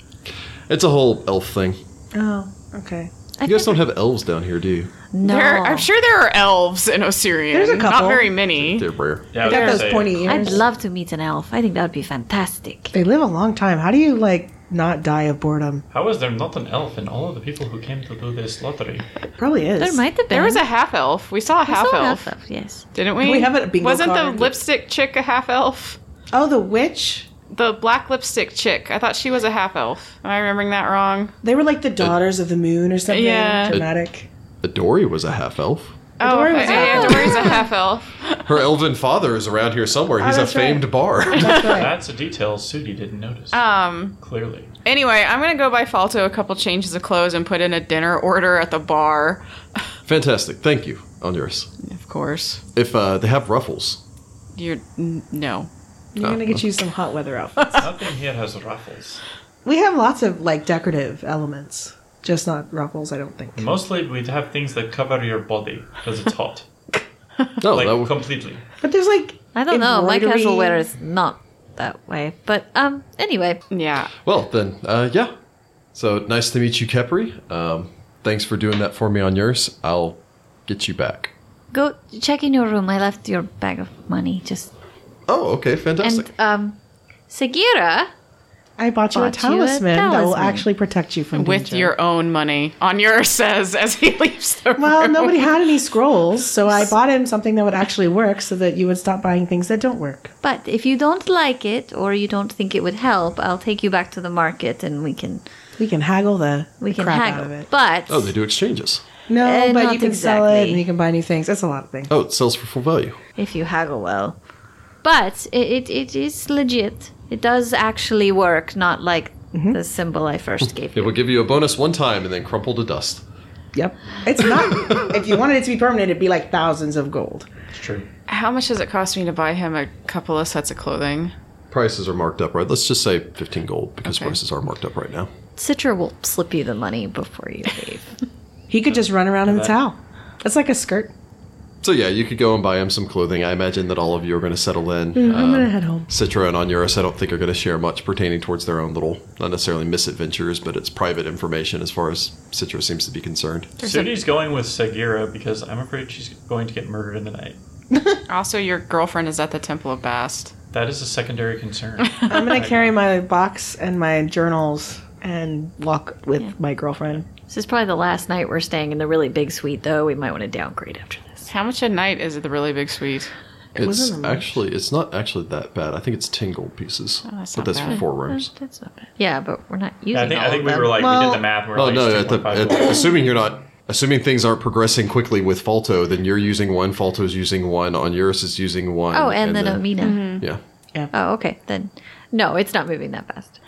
Speaker 1: it's a whole elf thing.
Speaker 5: oh okay.
Speaker 4: I
Speaker 1: You guys
Speaker 4: think-
Speaker 1: don't have elves down here, do you?
Speaker 4: no.
Speaker 2: there, I'm sure there are elves in Osirian.
Speaker 5: There's a
Speaker 2: Not
Speaker 5: couple.
Speaker 2: very many.
Speaker 1: They're rare.
Speaker 3: Yeah, I
Speaker 5: They
Speaker 3: was
Speaker 5: got
Speaker 3: gonna
Speaker 5: those
Speaker 3: say,
Speaker 5: pointy
Speaker 4: I'd
Speaker 5: ears.
Speaker 4: love to meet an elf. I think that would be fantastic.
Speaker 5: they live a long time. How do you like not die of boredom?
Speaker 3: How is there not an elf in all of the people who came to do this lottery?
Speaker 5: Probably is.
Speaker 4: There might have been.
Speaker 2: There was a half elf. We saw a half elf,
Speaker 4: elf. Yes.
Speaker 2: didn't we?
Speaker 5: We have a bingo
Speaker 2: Wasn't
Speaker 5: card.
Speaker 2: the lipstick chick a half elf?
Speaker 5: Oh, the witch.
Speaker 2: the black lipstick chick. I thought she was a half elf. Am I remembering that wrong?
Speaker 5: They were like the daughters of the moon or something.
Speaker 2: Yeah.
Speaker 5: Dramatic.
Speaker 1: Dory was a half elf.
Speaker 2: Oh,
Speaker 5: Dory
Speaker 2: okay.
Speaker 5: was a
Speaker 2: yeah,
Speaker 5: half-elf.
Speaker 2: Dory's a half elf.
Speaker 1: Her elven father is around here somewhere. He's a
Speaker 5: that's right.
Speaker 1: famed bard.
Speaker 5: That's right.
Speaker 3: That's a detail Sudi didn't notice.
Speaker 2: Um.
Speaker 3: Clearly.
Speaker 2: Anyway, I'm gonna go buy Falto a couple changes of clothes and put in a dinner order at the bar.
Speaker 1: Fantastic. Thank you, Onuris.
Speaker 2: Of course,
Speaker 1: If uh, they have ruffles,
Speaker 2: you're n- no.
Speaker 5: You're gonna get you some hot weather outfits.
Speaker 3: Nothing here has ruffles.
Speaker 5: we have lots of like decorative elements, just not ruffles. I don't think.
Speaker 3: Mostly we'd have things that cover your body because it's hot.
Speaker 1: no,
Speaker 3: like
Speaker 1: Oh, that would,
Speaker 3: completely.
Speaker 5: But there's like
Speaker 4: I don't know. My casual
Speaker 5: Embroidery.
Speaker 4: wear is not that way. But um, anyway,
Speaker 2: Yeah.
Speaker 1: well then, uh, yeah. So nice to meet you, Kepri. Um, thanks for doing that for me, Onuris. I'll get you back.
Speaker 4: go check in your room. I left your bag of money. Just
Speaker 1: Oh, okay,
Speaker 4: and
Speaker 1: fantastic.
Speaker 4: um, Sagira.
Speaker 5: I bought you a
Speaker 4: Bought you a
Speaker 5: talisman that will
Speaker 4: talisman.
Speaker 5: actually protect you from
Speaker 2: With
Speaker 5: danger.
Speaker 2: your own money, Onuris says as he leaves the
Speaker 5: Well,
Speaker 2: room.
Speaker 5: nobody had any scrolls, so I bought him something that would actually work so that you would stop buying things that don't work.
Speaker 4: But if you don't like it or you don't think it would help, I'll take you back to the market and we can
Speaker 5: We can haggle the
Speaker 4: we can
Speaker 5: crap
Speaker 4: haggle.
Speaker 5: out of it.
Speaker 4: But
Speaker 1: oh, they do exchanges.
Speaker 5: No,
Speaker 4: Eh,
Speaker 5: but
Speaker 4: not
Speaker 5: you can sell it and
Speaker 4: exactly.
Speaker 5: you can buy new things. That's a lot of things.
Speaker 1: Oh, it sells for full value.
Speaker 4: if you haggle well, but it, it, it is legit. It does actually work, not like the symbol I first gave
Speaker 1: It
Speaker 4: you.
Speaker 1: will give you a bonus one time and then crumple to dust.
Speaker 5: Yep. It's not. if you wanted it to be permanent, it'd be like thousands of gold.
Speaker 3: It's true.
Speaker 2: How much does it cost me to buy him a couple of sets of clothing?
Speaker 1: Prices are marked up, right? Let's just say 15 gold because
Speaker 2: Okay.
Speaker 1: prices are marked up right now.
Speaker 4: Citra will slip you the money before you leave.
Speaker 5: He could just run around in the
Speaker 3: That-
Speaker 5: towel. It's like a skirt.
Speaker 1: So yeah, you could go and buy him some clothing. I imagine that all of you are going to settle in.
Speaker 5: Mm-hmm, I'm gonna
Speaker 1: Um,
Speaker 5: head home.
Speaker 1: Citra and Onuris, I don't think are going to share much pertaining towards their own little, not necessarily misadventures, but it's private information as far as Citra seems to be concerned.
Speaker 3: Sudi's going with Sagira because I'm afraid she's going to get murdered in the night.
Speaker 2: Also, your girlfriend is at the Temple of Bast.
Speaker 3: That is a secondary concern.
Speaker 5: I'm gonna carry my box and my journals and walk with my girlfriend.
Speaker 4: This is probably the last night we're staying in the really big suite, though. We might want to downgrade after this.
Speaker 2: How much a night is the really big suite?
Speaker 1: It's
Speaker 5: wasn't that much. Oh,
Speaker 1: actually, it's not actually that bad. I think it's 10 gold pieces,
Speaker 2: that's
Speaker 1: but
Speaker 2: not
Speaker 1: that's for
Speaker 2: bad.
Speaker 1: four rooms.
Speaker 4: That's not bad. Yeah, but we're not using.
Speaker 3: Yeah, I think, I think we were like, we
Speaker 5: Well-
Speaker 3: did the math. and We're
Speaker 1: Oh
Speaker 3: like,
Speaker 1: no,
Speaker 3: it's
Speaker 1: at the,
Speaker 3: 2.5
Speaker 1: at
Speaker 3: gold.
Speaker 1: assuming you're not assuming things aren't progressing quickly with Falto, then you're using one, Falto's using one, Onuris is using one.
Speaker 4: Oh, and, then Amina.
Speaker 1: yeah.
Speaker 4: Oh, okay. Then no, it's not moving that fast.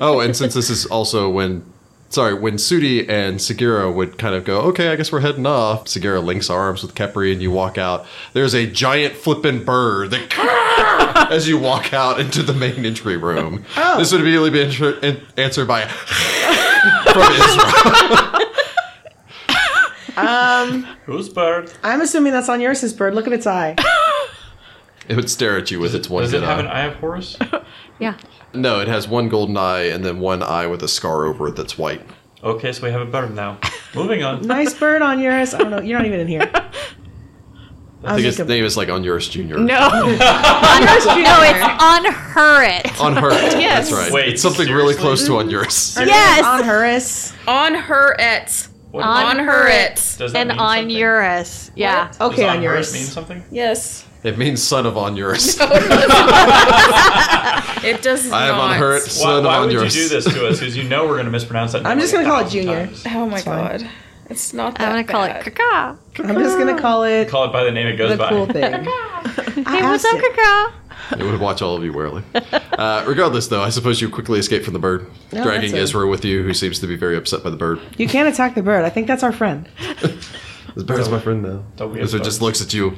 Speaker 1: Oh, and since this is also when sorry, when Sudi and Segura would kind of go, Okay, I guess we're heading off, Segura links arms with Kepri and you walk out. There's a giant flippin' bird that as you walk out into the main entry room.
Speaker 3: Oh.
Speaker 1: This would immediately be intro- an- answered by from Israel.
Speaker 3: Who's bird?
Speaker 5: I'm assuming that's on yours, bird. Look at its eye.
Speaker 1: It would stare at you with its one
Speaker 3: Does it
Speaker 1: good
Speaker 3: have
Speaker 1: eye.
Speaker 3: an eye of Horus?
Speaker 4: Yeah.
Speaker 1: No, it has one golden eye and then one eye with a scar over it that's white.
Speaker 3: Okay, so we have a bird now. Moving on.
Speaker 5: nice bird on yours. I don't know. You're not even in here.
Speaker 1: I think its
Speaker 5: just gonna-
Speaker 1: name is like Onuris Jr.
Speaker 2: No.
Speaker 4: no, it's on her. It.
Speaker 1: On her.
Speaker 2: Yes.
Speaker 1: That's right.
Speaker 3: Wait,
Speaker 1: it's something really close
Speaker 3: seriously?
Speaker 1: to
Speaker 5: Mm-hmm.
Speaker 1: Onuris.
Speaker 4: Yes.
Speaker 5: On Harris.
Speaker 2: on her it.
Speaker 3: What
Speaker 2: On
Speaker 4: On her
Speaker 2: her it.
Speaker 3: does that
Speaker 4: And
Speaker 3: mean
Speaker 4: on
Speaker 3: something?
Speaker 4: Eurus. Yeah.
Speaker 3: Does
Speaker 5: Okay,
Speaker 3: on
Speaker 5: on
Speaker 3: Horus
Speaker 5: yours.
Speaker 3: mean something?
Speaker 2: Yes.
Speaker 1: It means son of Onuris.
Speaker 2: It does
Speaker 1: I am
Speaker 2: not.
Speaker 1: on her it,
Speaker 3: Why,
Speaker 1: son
Speaker 3: why
Speaker 1: of
Speaker 3: would
Speaker 1: Onuris.
Speaker 3: you do this to us? Because you know we're going to mispronounce that.
Speaker 5: I'm just gonna call it
Speaker 3: 1,000
Speaker 5: Junior.
Speaker 3: times.
Speaker 2: Oh my
Speaker 5: fine.
Speaker 2: god. It's not that
Speaker 4: I'm gonna call it
Speaker 2: bad.
Speaker 4: Kaka.
Speaker 5: I'm just gonna call it
Speaker 3: Call it by the name it goes
Speaker 5: the
Speaker 3: by.
Speaker 5: cool thing.
Speaker 4: Hey, what's up, Kaka?
Speaker 1: It would watch all of you warily. Uh, regardless, though, I suppose you quickly escape from the bird,
Speaker 5: No,
Speaker 1: dragging
Speaker 5: that's a-
Speaker 1: Ezra with you, who seems to be very upset by the bird.
Speaker 5: You can't attack the bird. I think that's our friend.
Speaker 1: This bird's my friend, though.
Speaker 3: The weird
Speaker 1: Ezra
Speaker 3: bird.
Speaker 1: just looks at you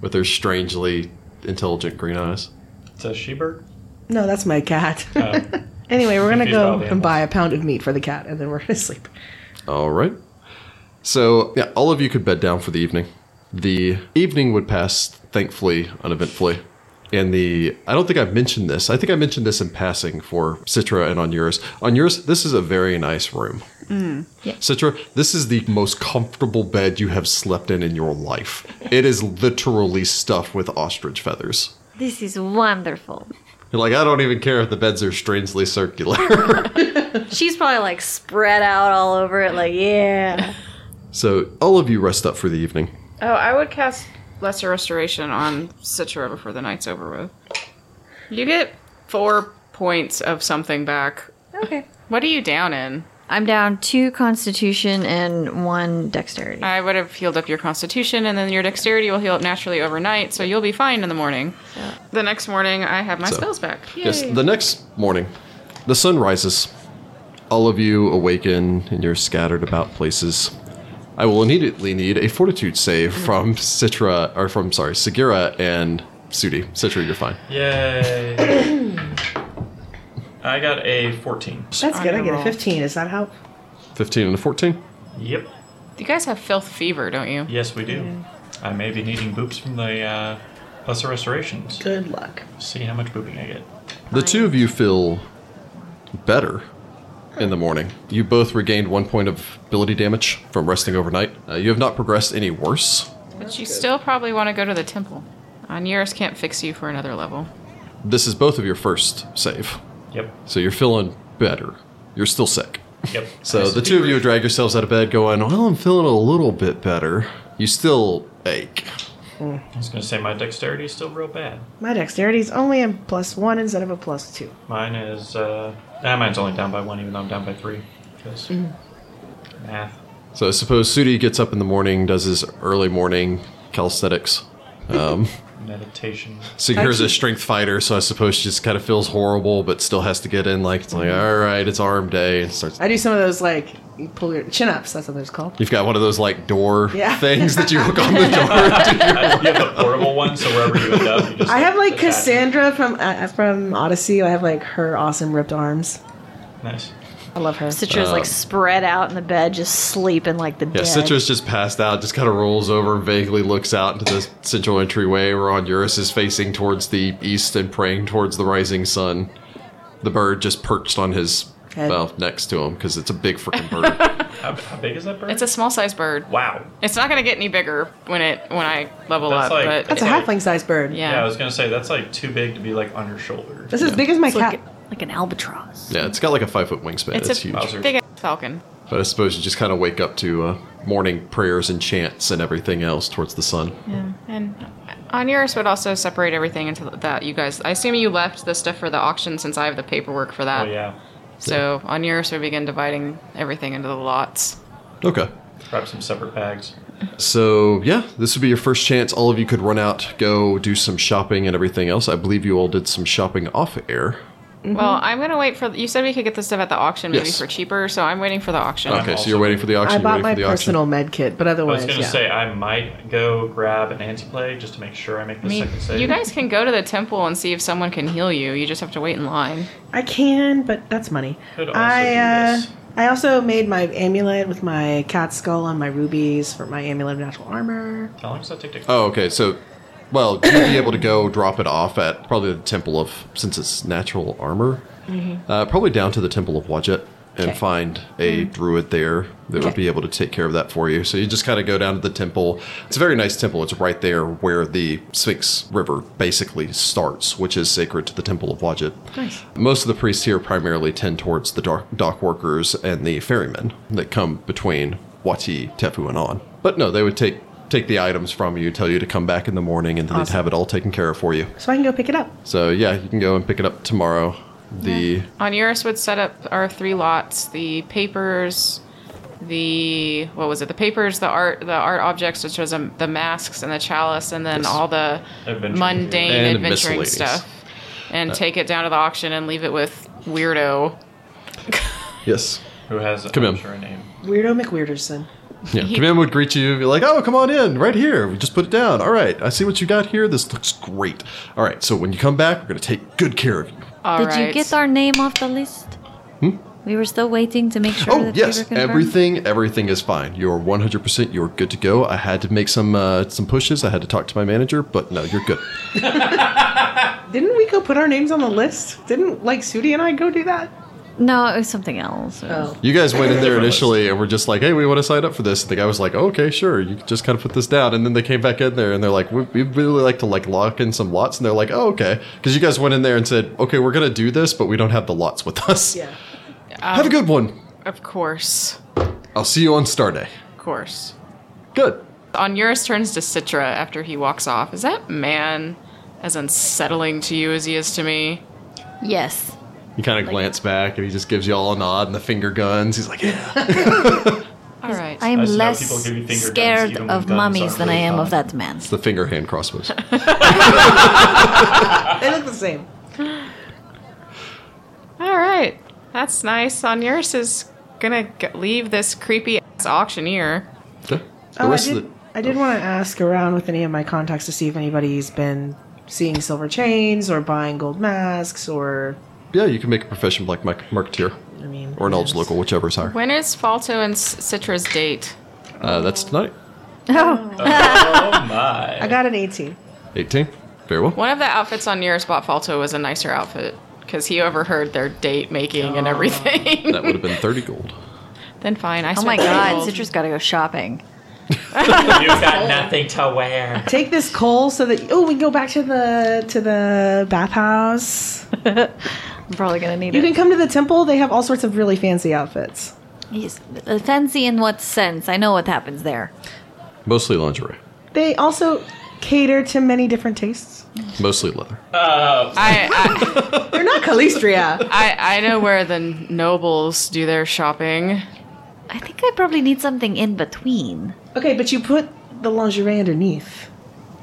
Speaker 1: with her strangely intelligent green eyes.
Speaker 3: It's a she bird.
Speaker 5: No, that's my cat.
Speaker 3: Um,
Speaker 5: anyway, we're gonna
Speaker 3: Confused about
Speaker 5: go
Speaker 3: all the
Speaker 5: and buy a pound of meat for the cat, and then we're gonna sleep.
Speaker 1: All right. So, yeah, all of you could bed down for the evening. The evening would pass, thankfully, uneventfully. And the, I don't think I've mentioned this. I think I mentioned this in passing for Citra and Onuris. Onuris, this is a very nice room. Citra, this is the most comfortable bed you have slept in in your life. It is literally stuffed with ostrich feathers.
Speaker 4: This is wonderful.
Speaker 1: You're like, I don't even care if the beds are strangely circular.
Speaker 4: She's probably like spread out all over it, like yeah.
Speaker 1: so, all of you rest up for the evening.
Speaker 2: Oh, I would cast lesser restoration on Citra before the night's over with. You get four points of something back.
Speaker 4: Okay.
Speaker 2: What are you down in?
Speaker 4: I'm down two constitution and one dexterity.
Speaker 2: I would have healed up your constitution, and then your dexterity will heal up naturally overnight, so you'll be fine in the morning. The next morning, I have my
Speaker 1: So-
Speaker 2: spells back.
Speaker 1: Yes,
Speaker 2: Yay.
Speaker 1: the next morning, the sun rises. All of you awaken and you're scattered about places. I will immediately need a fortitude save
Speaker 4: Mm.
Speaker 1: from Citra, or from, sorry, Sagira and Sudi. Citra, you're fine.
Speaker 3: Yay. I got a 14.
Speaker 5: That's
Speaker 2: On
Speaker 5: good. I
Speaker 2: your
Speaker 5: get a
Speaker 2: roll.
Speaker 5: 15. Does that help?
Speaker 1: 15 and a 14?
Speaker 3: Yep.
Speaker 2: you guys have filth fever, don't you?
Speaker 3: Yes, we do. I may be needing boops from the uh, lesser restorations.
Speaker 5: Good luck.
Speaker 3: See how much booping I get.
Speaker 1: The two of you feel better in the morning. You both regained one point of ability damage from resting overnight. Uh, you have not progressed any worse.
Speaker 2: But you still probably want to go to the temple. Onuris can't fix you for another level.
Speaker 1: This is both of your first save,
Speaker 3: Yep.
Speaker 1: so you're feeling better. You're still sick.
Speaker 3: Yep.
Speaker 1: So the two of you drag yourselves out of bed going, Well, I'm feeling a little bit better. You still ache.
Speaker 3: I was going to say my dexterity is still real bad.
Speaker 5: My dexterity is only a plus one instead of a plus two.
Speaker 3: Mine is. Uh, ah, mine's only down by one, even though I'm down by three. Because math.
Speaker 1: So I suppose Sudi gets up in the morning, does his early morning calisthenics. Um,
Speaker 3: Meditation.
Speaker 1: Sagira's a
Speaker 5: Actually-
Speaker 1: strength fighter, so I suppose she just kind of feels horrible, but still has to get in. Like it's like, all right, it's arm day, and starts.
Speaker 5: I do some of those like you pull your chin ups. That's what they're called.
Speaker 1: You've got one of those like door
Speaker 5: Yeah.
Speaker 1: things that you hook on the door.
Speaker 3: Uh, you have the portable one, so wherever you end up, you just.
Speaker 5: I have like
Speaker 3: attach it.
Speaker 5: Cassandra from uh, from Odyssey. I have like her awesome ripped arms.
Speaker 3: Nice.
Speaker 5: I love her.
Speaker 4: Citra's like
Speaker 3: Uh.
Speaker 4: spread out in the bed, just sleeping like the
Speaker 1: yeah,
Speaker 4: dead.
Speaker 1: Citra's just passed out, just kind of rolls over and vaguely looks out into the central entryway where Onuris is facing towards the east and praying towards the rising sun. The bird just perched on his
Speaker 5: Head.
Speaker 1: well next to him because it's a big freaking bird.
Speaker 3: How, how big is that bird?
Speaker 2: It's a small sized bird.
Speaker 3: Wow.
Speaker 2: It's not going to get any bigger when it when I level
Speaker 3: That's
Speaker 2: up.
Speaker 3: like-
Speaker 2: but
Speaker 5: That's a halfling sized bird.
Speaker 2: yeah.
Speaker 3: Yeah, I was gonna say that's like too big to be like on your shoulder.
Speaker 5: That's as big as my
Speaker 4: It's like,
Speaker 5: cat.
Speaker 4: like an albatross.
Speaker 1: yeah, it's got like a five foot wingspan. It's,
Speaker 2: it's a
Speaker 1: huge.
Speaker 3: Bowser.
Speaker 2: big ass falcon.
Speaker 1: But I suppose you just kind of wake up to uh, morning prayers and chants and everything else towards the sun.
Speaker 2: Yeah. And Onuris would also separate everything into that you guys. I assume you left the stuff for the auction since I have the paperwork for
Speaker 3: Oh
Speaker 5: Ah.
Speaker 2: that.
Speaker 3: yeah,
Speaker 2: So Onuris would begin dividing everything into the lots.
Speaker 1: Okay.
Speaker 3: grab some separate bags.
Speaker 1: So, yeah, this would be your first chance. All of you could run out, go do some shopping and everything else. I believe you all did some shopping off air.
Speaker 2: Well, I'm gonna wait for. You said we could get this stuff at the auction, maybe
Speaker 1: Mm-hmm. Yes.
Speaker 2: for cheaper. So I'm waiting for the auction.
Speaker 3: I'm
Speaker 1: Okay, so
Speaker 3: also-
Speaker 1: you're waiting for the auction.
Speaker 5: I
Speaker 1: you're
Speaker 5: bought
Speaker 1: waiting
Speaker 5: my
Speaker 1: for the auction.
Speaker 5: personal med kit, but
Speaker 3: I
Speaker 5: otherwise,
Speaker 3: was gonna
Speaker 5: yeah.
Speaker 3: say I might go grab an anti-plague just to make sure I make
Speaker 2: I
Speaker 3: the
Speaker 2: mean,
Speaker 3: second save.
Speaker 2: you guys can go to the temple and see if someone can heal you. You just have to wait in line.
Speaker 5: I can, but that's money.
Speaker 3: Could also do
Speaker 5: I uh,
Speaker 3: this.
Speaker 5: I also made my amulet with my cat skull and my rubies for my amulet of natural armor.
Speaker 3: How long does that take to?
Speaker 1: Oh, okay. So, well, you'd be able to go drop it off at probably the Temple of, since it's natural armor,
Speaker 5: Mm-hmm.
Speaker 1: uh, probably down to the Temple of Wajet and
Speaker 2: Okay.
Speaker 1: find a druid there that would
Speaker 5: Mm-hmm. Okay.
Speaker 1: be able to take care of that for you. So you just kind of go down to the temple. It's a very nice temple. It's right there where the Sphinx River basically starts, which is sacred to the Temple of Wajet.
Speaker 5: Nice.
Speaker 1: Most of the priests here primarily tend towards the dock, dock workers and the ferrymen that come between Wati, Tefu, and on. But no, they would take take the items from you, tell you to come back in the morning, and then they'd
Speaker 5: Awesome.
Speaker 1: have it all taken care of for you.
Speaker 5: So I can go pick it up.
Speaker 1: So yeah, you can go and pick it up tomorrow. The
Speaker 2: Onuris would set up our three lots: the papers, the what was it? The papers, the art, the art objects, which was um, the masks and the chalice, and then
Speaker 1: Yes.
Speaker 2: all the
Speaker 3: Adventuring
Speaker 2: mundane
Speaker 1: gear. And
Speaker 2: adventuring
Speaker 1: miscellaneous. Uh,
Speaker 2: stuff, and take it down to the auction and leave it with weirdo.
Speaker 1: yes,
Speaker 3: Who has?
Speaker 1: Come
Speaker 3: I'm
Speaker 1: in.
Speaker 3: sure a name.
Speaker 5: Weirdo McWeirderson.
Speaker 1: yeah, Command would greet you, be like, "Oh, come on in, right here. We just put it down. All right, I see what you got here. This looks great. All right, so when you come back, we're gonna take good care of you."
Speaker 2: All
Speaker 4: Did
Speaker 2: right.
Speaker 4: you get our name off the list?
Speaker 3: Hmm?
Speaker 4: We were still waiting to make sure
Speaker 1: Oh
Speaker 4: that we were
Speaker 1: yes,
Speaker 4: confirmed.
Speaker 1: everything everything is fine. You're 100. percent You're good to go. I had to make some uh, some pushes. I had to talk to my manager, but no, you're good.
Speaker 5: Didn't we go put our names on the list? Didn't like Sudi and I go do that?
Speaker 4: No, it was something else.
Speaker 5: Oh.
Speaker 1: You guys went in there initially and were just like, "Hey, we want to sign up for this." And the guy was like, "Okay, sure." You can just kind of put this down, and then they came back in there and they're like, "We- "We'd really like to like lock in some lots," and they're like, "Oh, okay," because you guys went in there and said, "Okay, we're gonna do this, but we don't have the lots with us."
Speaker 5: Yeah.
Speaker 1: Have a good one.
Speaker 2: Of course,
Speaker 1: I'll see you on Star Day.
Speaker 2: of course.
Speaker 1: Good.
Speaker 2: Onuris turns to Citra after he walks off. Is that man as unsettling to you as he is to me?
Speaker 4: Yes.
Speaker 1: You kind of glance back and he just gives you all a nod and the finger guns. He's like, yeah.
Speaker 2: All right.
Speaker 4: I am
Speaker 3: I see how
Speaker 4: less
Speaker 3: people give you finger guns
Speaker 4: scared
Speaker 3: even when
Speaker 4: of
Speaker 3: guns
Speaker 4: mummies
Speaker 3: aren't
Speaker 4: than I
Speaker 3: really
Speaker 4: am of
Speaker 3: common.
Speaker 4: that man.
Speaker 1: It's the finger hand crossbows.
Speaker 5: They look the same.
Speaker 2: All right. That's nice. Onuris is gonna g- leave this creepy ass auctioneer.
Speaker 1: Yeah. The
Speaker 5: oh, I
Speaker 1: rest
Speaker 5: did,
Speaker 1: of the,
Speaker 5: I did want to ask around with any of my contacts to see if anybody's been seeing silver chains or buying gold masks or,
Speaker 1: yeah, you can make a profession black mark- marketeer
Speaker 5: I mean,
Speaker 1: or an
Speaker 5: yes.
Speaker 1: Elves local, whichever is higher.
Speaker 2: When is Falto and S- Citra's date?
Speaker 1: Uh, that's tonight.
Speaker 3: Oh my.
Speaker 5: I got an 18.
Speaker 1: 18. Very well.
Speaker 2: One of the outfits Onuris bought Falto was a nicer outfit because he overheard their date making and everything.
Speaker 1: That would have been 30 gold.
Speaker 2: then fine. I
Speaker 4: Oh my
Speaker 2: spent
Speaker 4: god,
Speaker 2: gold.
Speaker 4: Citra's gotta go shopping.
Speaker 3: you got nothing to wear.
Speaker 5: Take this coal so that oh, we can go back to the to the bathhouse.
Speaker 4: I'm probably gonna need
Speaker 5: You
Speaker 4: it.
Speaker 5: can come to the temple. They have all sorts of really fancy outfits.
Speaker 4: Yes. Fancy in what sense? I know what happens there.
Speaker 1: Mostly lingerie.
Speaker 5: They also cater to many different tastes.
Speaker 1: Mostly leather.
Speaker 2: I, I,
Speaker 5: They're not Calistria.
Speaker 2: I, I know where the nobles do their shopping.
Speaker 4: I think I probably need something in between.
Speaker 5: okay, but you put the lingerie underneath.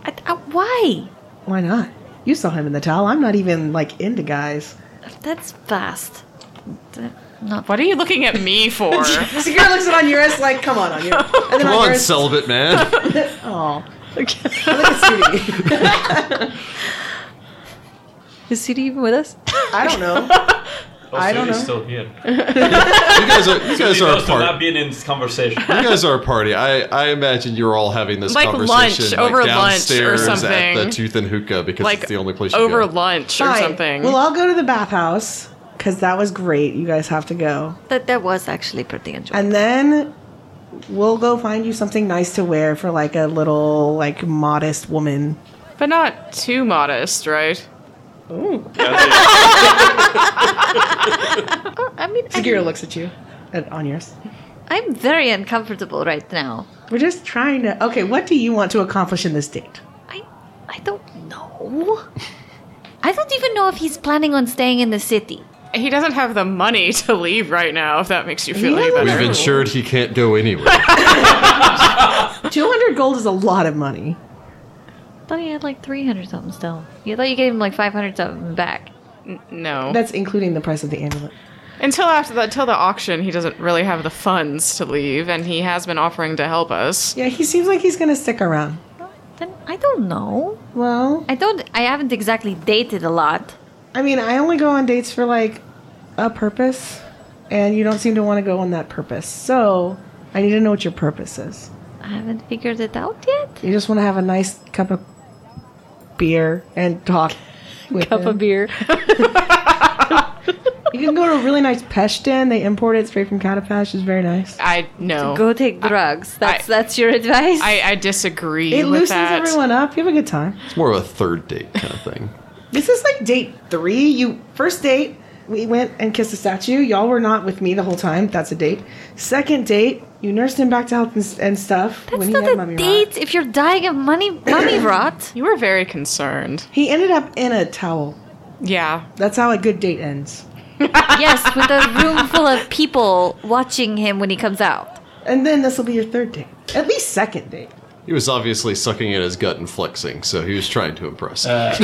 Speaker 4: I, I, why?
Speaker 5: Why not? You saw him in the towel. I'm not even like into guys.
Speaker 4: That's fast. Th- Not
Speaker 2: What are you looking at me for?
Speaker 5: Segura looks at Onuris like, come on, Onuris. And then
Speaker 1: Come on,
Speaker 5: Onuris,
Speaker 1: celibate man.
Speaker 5: oh, look at Sudi.
Speaker 4: is City even with us?
Speaker 5: I don't know.
Speaker 3: Oh,
Speaker 5: I don't
Speaker 3: Sudi's
Speaker 5: know.
Speaker 3: still here.
Speaker 1: You guys are, you guys
Speaker 3: Sudi
Speaker 1: are a
Speaker 3: knows to not
Speaker 1: party.
Speaker 3: be in this conversation.
Speaker 1: You guys are a party. I, I imagine you're all having this
Speaker 2: Like lunch,
Speaker 1: conversation
Speaker 2: over lunch or
Speaker 1: downstairs at the
Speaker 2: something.
Speaker 1: Tooth and Hookah because
Speaker 2: like
Speaker 1: it's the only place you
Speaker 2: over
Speaker 1: go.
Speaker 2: lunch or
Speaker 5: Fine.
Speaker 2: something.
Speaker 5: We'll all go to the bathhouse because that was great. You guys have to go.
Speaker 4: That that was actually pretty enjoyable.
Speaker 5: And then we'll go find you something nice to wear for like a little like modest woman.
Speaker 2: but not too modest, right?
Speaker 4: I mean,
Speaker 5: Segura
Speaker 4: I'm,
Speaker 5: looks at you. At Onuris.
Speaker 4: I'm very uncomfortable right now.
Speaker 5: We're just trying to. Okay, what do you want to accomplish in this date?
Speaker 4: I I don't know. I don't even know if he's planning on staying in the city.
Speaker 2: He doesn't have the money to leave right now, if that makes you feel any
Speaker 5: doesn't-
Speaker 2: better.
Speaker 1: We've ensured he can't go anywhere.
Speaker 5: 200 gold is a lot of money.
Speaker 4: thought he had like 300 something still. You thought you gave him like 500 something back.
Speaker 2: No.
Speaker 5: That's including the price of the amulet.
Speaker 2: until after the, until the auction, he doesn't really have the funds to leave, and he has been offering to help us.
Speaker 5: Yeah, he seems like he's gonna stick around.
Speaker 4: Then I don't know.
Speaker 5: Well,
Speaker 4: I don't. I haven't exactly dated a lot.
Speaker 5: I mean, I only go on dates for like a purpose, and you don't seem to want to go on that purpose. So I need to know what your purpose is.
Speaker 4: I haven't figured it out yet.
Speaker 5: You just want to have a nice cup of beer and talk. With him.
Speaker 4: beer.
Speaker 5: You can go to a really nice Peshtin. They import it straight from Katapesh. It's very nice.
Speaker 2: I no.
Speaker 4: Go take drugs. That's
Speaker 2: I-
Speaker 4: that's your advice.
Speaker 2: I, I disagree
Speaker 5: It
Speaker 2: with
Speaker 5: loosens
Speaker 2: that.
Speaker 5: everyone up. You have a good time.
Speaker 1: It's more of a third date kind of thing.
Speaker 5: This is like date three. You first date, we went and kissed a statue. Y'all were not with me the whole time. That's a date. Second date, you nursed him back to health and, and stuff
Speaker 4: that's
Speaker 5: when he
Speaker 4: not
Speaker 5: had
Speaker 4: a
Speaker 5: mummy rot.
Speaker 4: date if you're dying of money mummy rot.
Speaker 2: You were very concerned.
Speaker 5: He ended up in a towel.
Speaker 2: Yeah.
Speaker 5: That's how a good date ends.
Speaker 4: Yes, with a room full of people watching him when he comes out.
Speaker 5: And then this will be your third date, at least second date.
Speaker 1: He was obviously sucking at his gut and flexing, so he was trying to impress.
Speaker 2: Uh.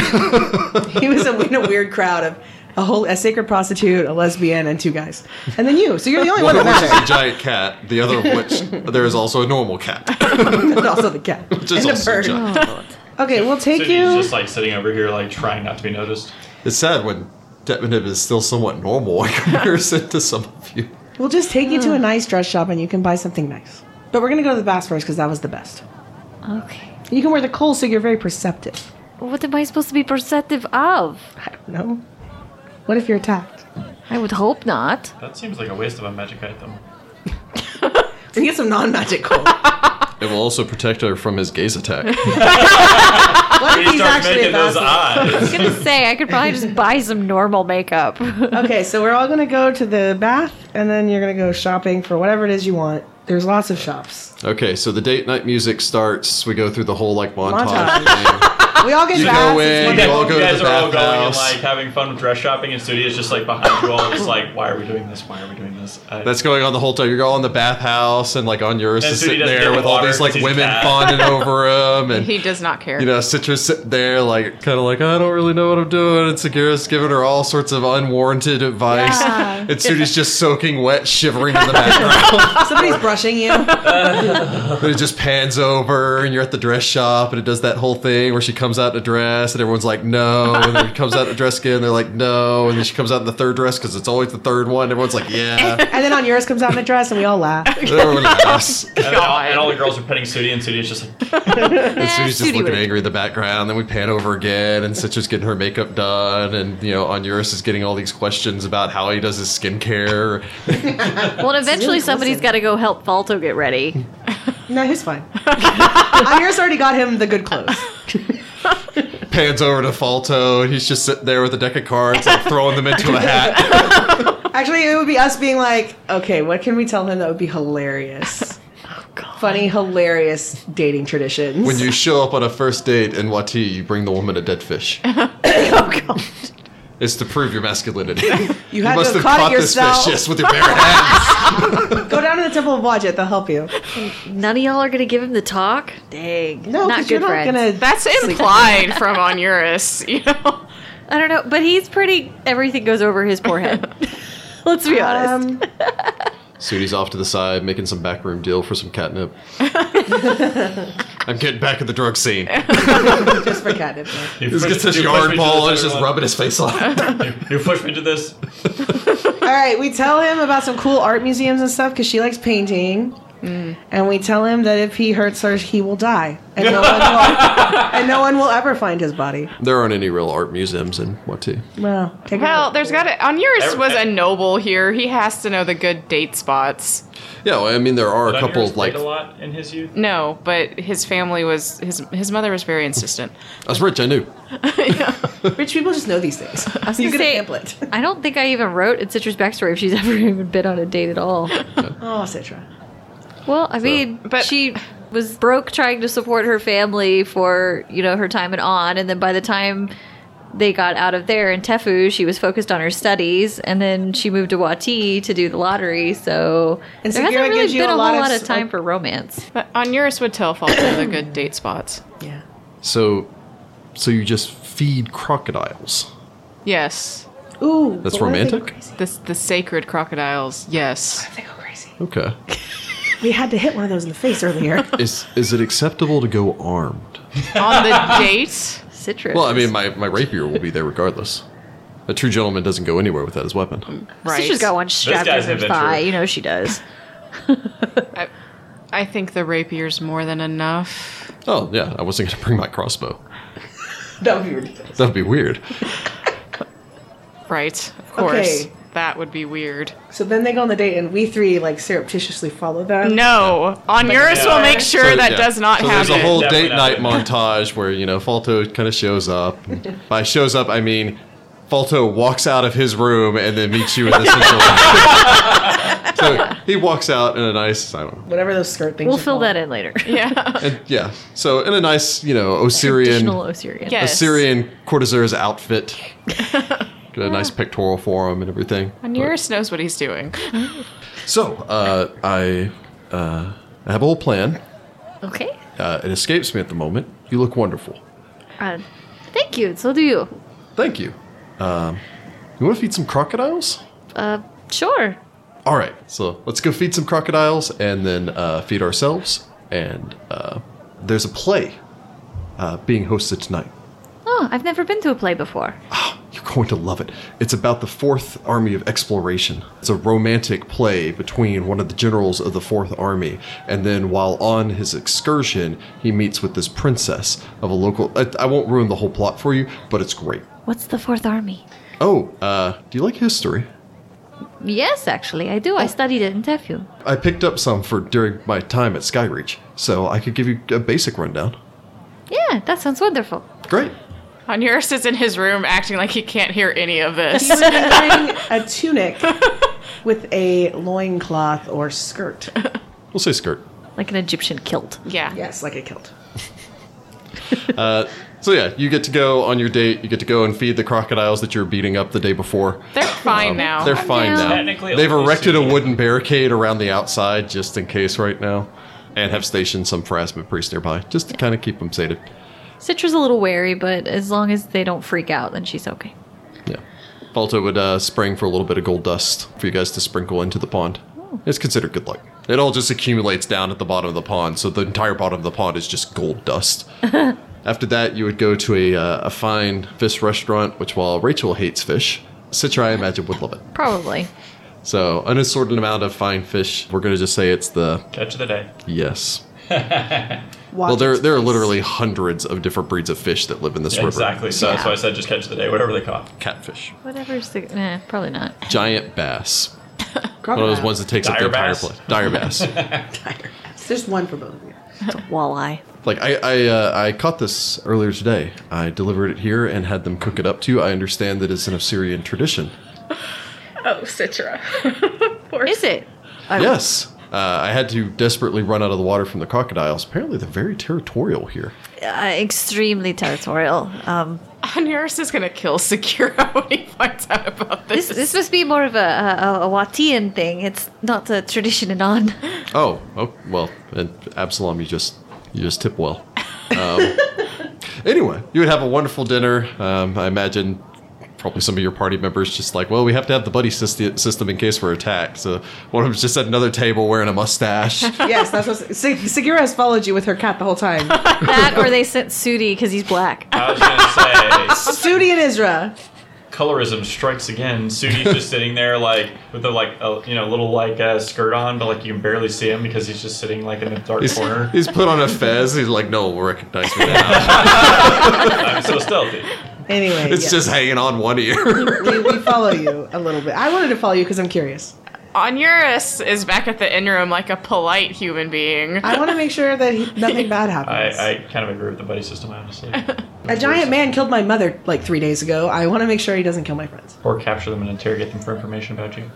Speaker 5: He was a, in a weird crowd of a whole a sacred prostitute, a lesbian, and two guys. And then you. So you're the only one
Speaker 1: One of
Speaker 5: that
Speaker 1: which is
Speaker 5: matters.
Speaker 1: a giant cat, the other of which there is also a normal cat.
Speaker 5: And also the cat
Speaker 1: Which is
Speaker 5: and the
Speaker 1: also
Speaker 5: bird.
Speaker 1: giant.
Speaker 5: Okay, we'll take
Speaker 3: Sudi's
Speaker 5: you.
Speaker 3: just like sitting over here, like trying not to be noticed.
Speaker 1: It's sad when Detmanib is still somewhat normal in comparison to some of you.
Speaker 5: We'll just take you to a nice dress shop, and you can buy something nice. But we're gonna go to the bath first because that was the best.
Speaker 4: Okay.
Speaker 5: You can wear the coal, so you're very perceptive.
Speaker 4: What am I supposed to be perceptive of?
Speaker 5: I don't know. What if you're attacked?
Speaker 4: I would hope not.
Speaker 3: That seems like a waste of a magic item.
Speaker 5: We get some non-magic coal.
Speaker 1: It will also protect her from his gaze attack.
Speaker 5: What if
Speaker 3: He
Speaker 5: he's
Speaker 3: starts
Speaker 5: actually a
Speaker 3: making those
Speaker 5: vassal?
Speaker 3: eyes.
Speaker 4: I was gonna say I could probably just buy some normal makeup.
Speaker 5: Okay, so we're all gonna go to the bath, and then you're gonna go shopping for whatever it is you want. There's lots of shops.
Speaker 1: Okay, so the date night music starts. We go through the whole like montage,
Speaker 5: Montage.
Speaker 1: thing.
Speaker 5: We all get
Speaker 1: You
Speaker 5: baths.
Speaker 1: go
Speaker 5: It's
Speaker 1: in,
Speaker 5: wonderful.
Speaker 1: you all go
Speaker 3: you
Speaker 1: to
Speaker 3: guys
Speaker 1: the
Speaker 3: are all going and
Speaker 1: bathhouse.
Speaker 3: like having fun with dress shopping, and Studia's just like behind you all, just like, why are we doing this? Why are we doing this? I,
Speaker 1: That's going on the whole time. You're all in the bathhouse, and like on yours
Speaker 3: And
Speaker 1: is
Speaker 3: so he
Speaker 1: sitting
Speaker 3: doesn't
Speaker 1: there
Speaker 3: get
Speaker 1: with all
Speaker 3: water
Speaker 1: these like
Speaker 3: 'cause he's
Speaker 1: women
Speaker 3: bad.
Speaker 1: fawning over him, and
Speaker 2: He does not care.
Speaker 1: you know Citra's sitting there like kind of like I don't really know what I'm doing, and Sagira's giving her all sorts of unwarranted advice,
Speaker 4: Yeah.
Speaker 1: and Studi's just soaking wet, shivering in the background.
Speaker 5: Somebody's brushing you.
Speaker 1: But it just pans over, and you're at the dress shop, and it does that whole thing where she comes out in a dress, and everyone's like, no. And then she comes out in a dress again, they're like, no. And then she comes out in the third dress because it's always the third one. and everyone's like, yeah.
Speaker 5: And then on yours comes out in a dress, and we all laugh.
Speaker 1: And everyone laughs.
Speaker 3: and, then all, and all the girls are petting Sudi, and Sudia's just like,
Speaker 1: And Sudi's just
Speaker 2: Sudi
Speaker 1: looking
Speaker 2: would-
Speaker 1: angry in the background. Then we pan over again, and Citra's getting her makeup done, and you know, Onuris is getting all these questions about how he does his skincare.
Speaker 4: Well, and eventually
Speaker 5: really
Speaker 4: somebody's
Speaker 5: close in.
Speaker 4: got to go help Falto get ready.
Speaker 5: No, he's fine. on yours already got him the good clothes.
Speaker 1: Pans over to Falto, and he's just sitting there with a deck of cards, like throwing them into a hat.
Speaker 5: Actually, it would be us being like, okay, what can we tell him that would be hilarious?
Speaker 4: Oh,
Speaker 5: Funny, hilarious dating traditions.
Speaker 1: When you show up on a first date in Wati, you bring the woman a dead fish.
Speaker 4: oh god.
Speaker 1: It's to prove your masculinity. You,
Speaker 5: You had
Speaker 1: must
Speaker 5: to
Speaker 1: have
Speaker 5: have caught it
Speaker 1: caught this
Speaker 5: yourself.
Speaker 1: fish just with your bare hands.
Speaker 5: Go down to the Temple of Wajet, they'll help you.
Speaker 4: None of y'all are gonna give him the talk. Dang.
Speaker 5: No,
Speaker 4: not
Speaker 5: 'cause you're
Speaker 4: good
Speaker 5: not
Speaker 4: friends.
Speaker 5: gonna.
Speaker 2: That's implied from Onuris, you know.
Speaker 4: I don't know, but he's pretty. Everything goes over his poor head. Let's be honest.
Speaker 5: Um,
Speaker 1: Sudi's off to the side, making some backroom deal for some catnip. I'm getting back at the drug scene.
Speaker 5: just for catnip. yeah.
Speaker 3: you
Speaker 1: Just
Speaker 3: push-
Speaker 1: gets this
Speaker 3: you push me
Speaker 1: yarn
Speaker 3: to
Speaker 1: ball
Speaker 3: this,
Speaker 1: and it's just
Speaker 3: everyone.
Speaker 1: rubbing his face off.
Speaker 3: You push me to this.
Speaker 5: All right, we tell him about some cool art museums and stuff because she likes painting. And we tell him that if he hurts her, he will die, and no, one will, and no one will ever find his body.
Speaker 1: There aren't any real art museums in Wati.
Speaker 5: Well, take it
Speaker 2: Well,
Speaker 5: out.
Speaker 2: there's got to. Onuris
Speaker 3: Every-
Speaker 2: was a noble here. He has to know the good date spots.
Speaker 1: Yeah, well, I mean there are a
Speaker 3: But
Speaker 1: couple
Speaker 3: Onuris
Speaker 1: of, like
Speaker 3: played a lot in his youth.
Speaker 2: No, but his family was his. His mother was very insistent.
Speaker 1: that's rich. I knew.
Speaker 5: rich people just know these things.
Speaker 4: was
Speaker 5: you
Speaker 4: gonna
Speaker 5: get a
Speaker 4: say-
Speaker 5: pamphlet.
Speaker 4: I don't think I even wrote in Citra's backstory if she's ever even been on a date at all.
Speaker 5: Oh, Citra.
Speaker 4: Well, I mean,
Speaker 2: But-
Speaker 4: she was broke trying to support her family for you know her time and on, and then by the time they got out of there in Tefu, she was focused on her studies, and then she moved to Wati to do the lottery. So
Speaker 5: And
Speaker 4: there
Speaker 5: Sagira
Speaker 4: hasn't
Speaker 5: gives
Speaker 4: really
Speaker 5: you
Speaker 4: been
Speaker 5: a
Speaker 4: a,
Speaker 5: lot
Speaker 4: whole
Speaker 5: of
Speaker 4: lot
Speaker 5: s-
Speaker 4: of time for romance.
Speaker 2: But Onuris would tell Falto the good date spots.
Speaker 5: Yeah.
Speaker 1: So, so you just feed crocodiles.
Speaker 2: Yes,
Speaker 5: Ooh.
Speaker 1: That's
Speaker 5: but what if they go
Speaker 1: romantic?
Speaker 5: crazy?
Speaker 2: the the sacred crocodiles. Yes,
Speaker 5: If They go crazy.
Speaker 1: Okay.
Speaker 5: We had to hit one of those in the face earlier.
Speaker 1: Is is it acceptable to go armed?
Speaker 2: on the date.
Speaker 4: Citrus.
Speaker 1: Well, I mean my, my rapier will be there regardless. A true gentleman doesn't go anywhere without his weapon.
Speaker 2: Right.
Speaker 4: Citra's got one strapped to
Speaker 3: guy's an
Speaker 4: her thigh.
Speaker 3: adventurer.
Speaker 4: You know she does.
Speaker 2: I think the rapier's more than enough.
Speaker 1: Oh yeah, I wasn't gonna bring my crossbow.
Speaker 5: that would be ridiculous.
Speaker 1: That'd be weird.
Speaker 2: Right. Of course.
Speaker 5: Okay.
Speaker 2: That would be weird.
Speaker 5: So then they go on the date, and we three like surreptitiously follow them.
Speaker 2: No, Onuris will make sure
Speaker 1: So,
Speaker 2: that
Speaker 1: yeah.
Speaker 2: does not
Speaker 1: so
Speaker 2: happen.
Speaker 1: There's a whole
Speaker 3: Definitely
Speaker 1: date night
Speaker 3: not.
Speaker 1: montage where you know Falto kind of shows up. By shows up, I mean Falto walks out of his room and then meets you in the central. lobby. so he walks out in a nice, I don't know,
Speaker 5: Whatever those skirt things.
Speaker 4: We'll
Speaker 5: are
Speaker 4: fill
Speaker 5: called.
Speaker 4: that in later.
Speaker 2: yeah.
Speaker 1: and yeah. So in a nice, you know,
Speaker 4: Traditional
Speaker 1: Osirian
Speaker 4: Osirian.
Speaker 2: Yeah. Yes.
Speaker 1: Assyrian courtesan's outfit. Got a nice pectoral for him and everything.
Speaker 2: Onuris knows what he's doing.
Speaker 1: So uh, I uh, I have a whole plan.
Speaker 4: Okay.
Speaker 1: Uh, it escapes me at the moment. You look wonderful.
Speaker 4: Uh, thank you. So do you.
Speaker 1: Thank you. Um, you want to feed some crocodiles?
Speaker 4: Uh, sure.
Speaker 1: All right, so let's go feed some crocodiles and then uh, feed ourselves. And uh, there's a play uh, being hosted tonight.
Speaker 4: Oh, I've never been to a play before.
Speaker 1: You're going to love it. It's about the Fourth Army of Exploration. It's a romantic play between one of the generals of the Fourth Army, and then while on his excursion, he meets with this princess of a local. I, I won't ruin the whole plot for you, but it's great.
Speaker 4: What's the Fourth Army?
Speaker 1: Oh, uh, do you like history?
Speaker 4: Yes, actually, I do. I studied it in Tefu.
Speaker 1: I picked up some for during my time at Skyreach, so I could give you a basic rundown.
Speaker 4: Yeah, that sounds wonderful.
Speaker 1: Great.
Speaker 2: Onuris is in his room acting like he can't hear any of
Speaker 5: He
Speaker 2: this.
Speaker 5: would be wearing a tunic with a loincloth or skirt.
Speaker 1: We'll say skirt.
Speaker 4: like an Egyptian kilt.
Speaker 2: Yeah.
Speaker 5: Yes, like a kilt.
Speaker 1: So yeah, you get to go on your date. You get to go and feed the crocodiles that you were beating up the day before.
Speaker 2: They're fine now.
Speaker 1: Oh, They're fine
Speaker 4: now.
Speaker 1: now.
Speaker 3: Technically,
Speaker 1: They've
Speaker 3: only
Speaker 1: erected a
Speaker 3: seen-
Speaker 1: wooden barricade around the outside just in case right now, and have stationed some harassment priests nearby just to kind of keep them sated.
Speaker 4: Citra's a little wary, but as long as they don't freak out, then she's okay.
Speaker 1: Yeah. Balto would uh, spring for a little bit of gold dust for you guys to sprinkle into the pond. It's considered good luck. It all just accumulates down at the bottom of the pond, so the entire bottom of the pond is just gold dust. After that, you would go to a, uh, a fine fish restaurant, which while Rachel hates fish, Citra, I imagine, would love it.
Speaker 4: Probably.
Speaker 1: So, an assorted amount of fine fish. We're going to just say it's the
Speaker 3: Catch of the day.
Speaker 1: yes.
Speaker 5: Watch
Speaker 1: Well, there,
Speaker 5: its
Speaker 1: there are
Speaker 5: face.
Speaker 1: literally hundreds of different breeds of fish that live in this river.
Speaker 3: Exactly. So that's why I said just catch of the day, whatever they caught.
Speaker 1: Catfish.
Speaker 4: Whatever's the. Eh, probably not.
Speaker 1: Giant bass. One
Speaker 5: crocodile.
Speaker 1: of those ones that takes up the
Speaker 3: Dire
Speaker 1: entire
Speaker 3: bass.
Speaker 1: place. Dire bass.
Speaker 5: There's one for both of you.
Speaker 4: Walleye.
Speaker 1: Like I, I, uh, I caught this earlier today. I delivered it here and had them cook it up too. I understand that it's an Assyrian tradition.
Speaker 6: Oh, Citra.
Speaker 4: Is it?
Speaker 1: yes, uh, I had to desperately run out of the water from the crocodiles. Apparently, they're very territorial here.
Speaker 4: Uh, extremely territorial. Um,
Speaker 2: Onuris is gonna kill Sekiro when he finds out about
Speaker 4: this
Speaker 2: this.
Speaker 4: this must be more of a, a, a Watian thing. It's not a tradition in on.
Speaker 1: Oh, oh well, and Absalom, you just you just tip well. Um, anyway, you would have a wonderful dinner. Um, I imagine probably some of your party members just like, well, we have to have the buddy syste- system in case we're attacked. So one of them's just at another table wearing a mustache.
Speaker 5: yes, that's what Se- Segura has followed you with her cat the whole time.
Speaker 4: That or they sent Sudi because he's black.
Speaker 3: I was gonna say
Speaker 5: Sudi and Isra.
Speaker 3: colorism strikes again. Sudi's just sitting there, like with a like a, you know little like uh, skirt on, but like you can barely see him because he's just sitting like in the dark
Speaker 1: He's,
Speaker 3: corner.
Speaker 1: he's put on a fez. He's like, no one will recognize me now.
Speaker 3: I'm so stealthy.
Speaker 5: Anyway,
Speaker 1: It's
Speaker 5: yes.
Speaker 1: just hanging on one ear.
Speaker 5: we, we follow you a little bit. I wanted to follow you because I'm curious.
Speaker 2: Onuris is back at the inn room like a polite human being.
Speaker 5: I want to make sure that he, nothing bad
Speaker 3: I,
Speaker 5: happens.
Speaker 3: I kind of agree with the buddy system, honestly.
Speaker 5: A giant man killed my mother like three days ago. I want to make sure he doesn't kill my friends.
Speaker 3: Or capture them and interrogate them for information about you.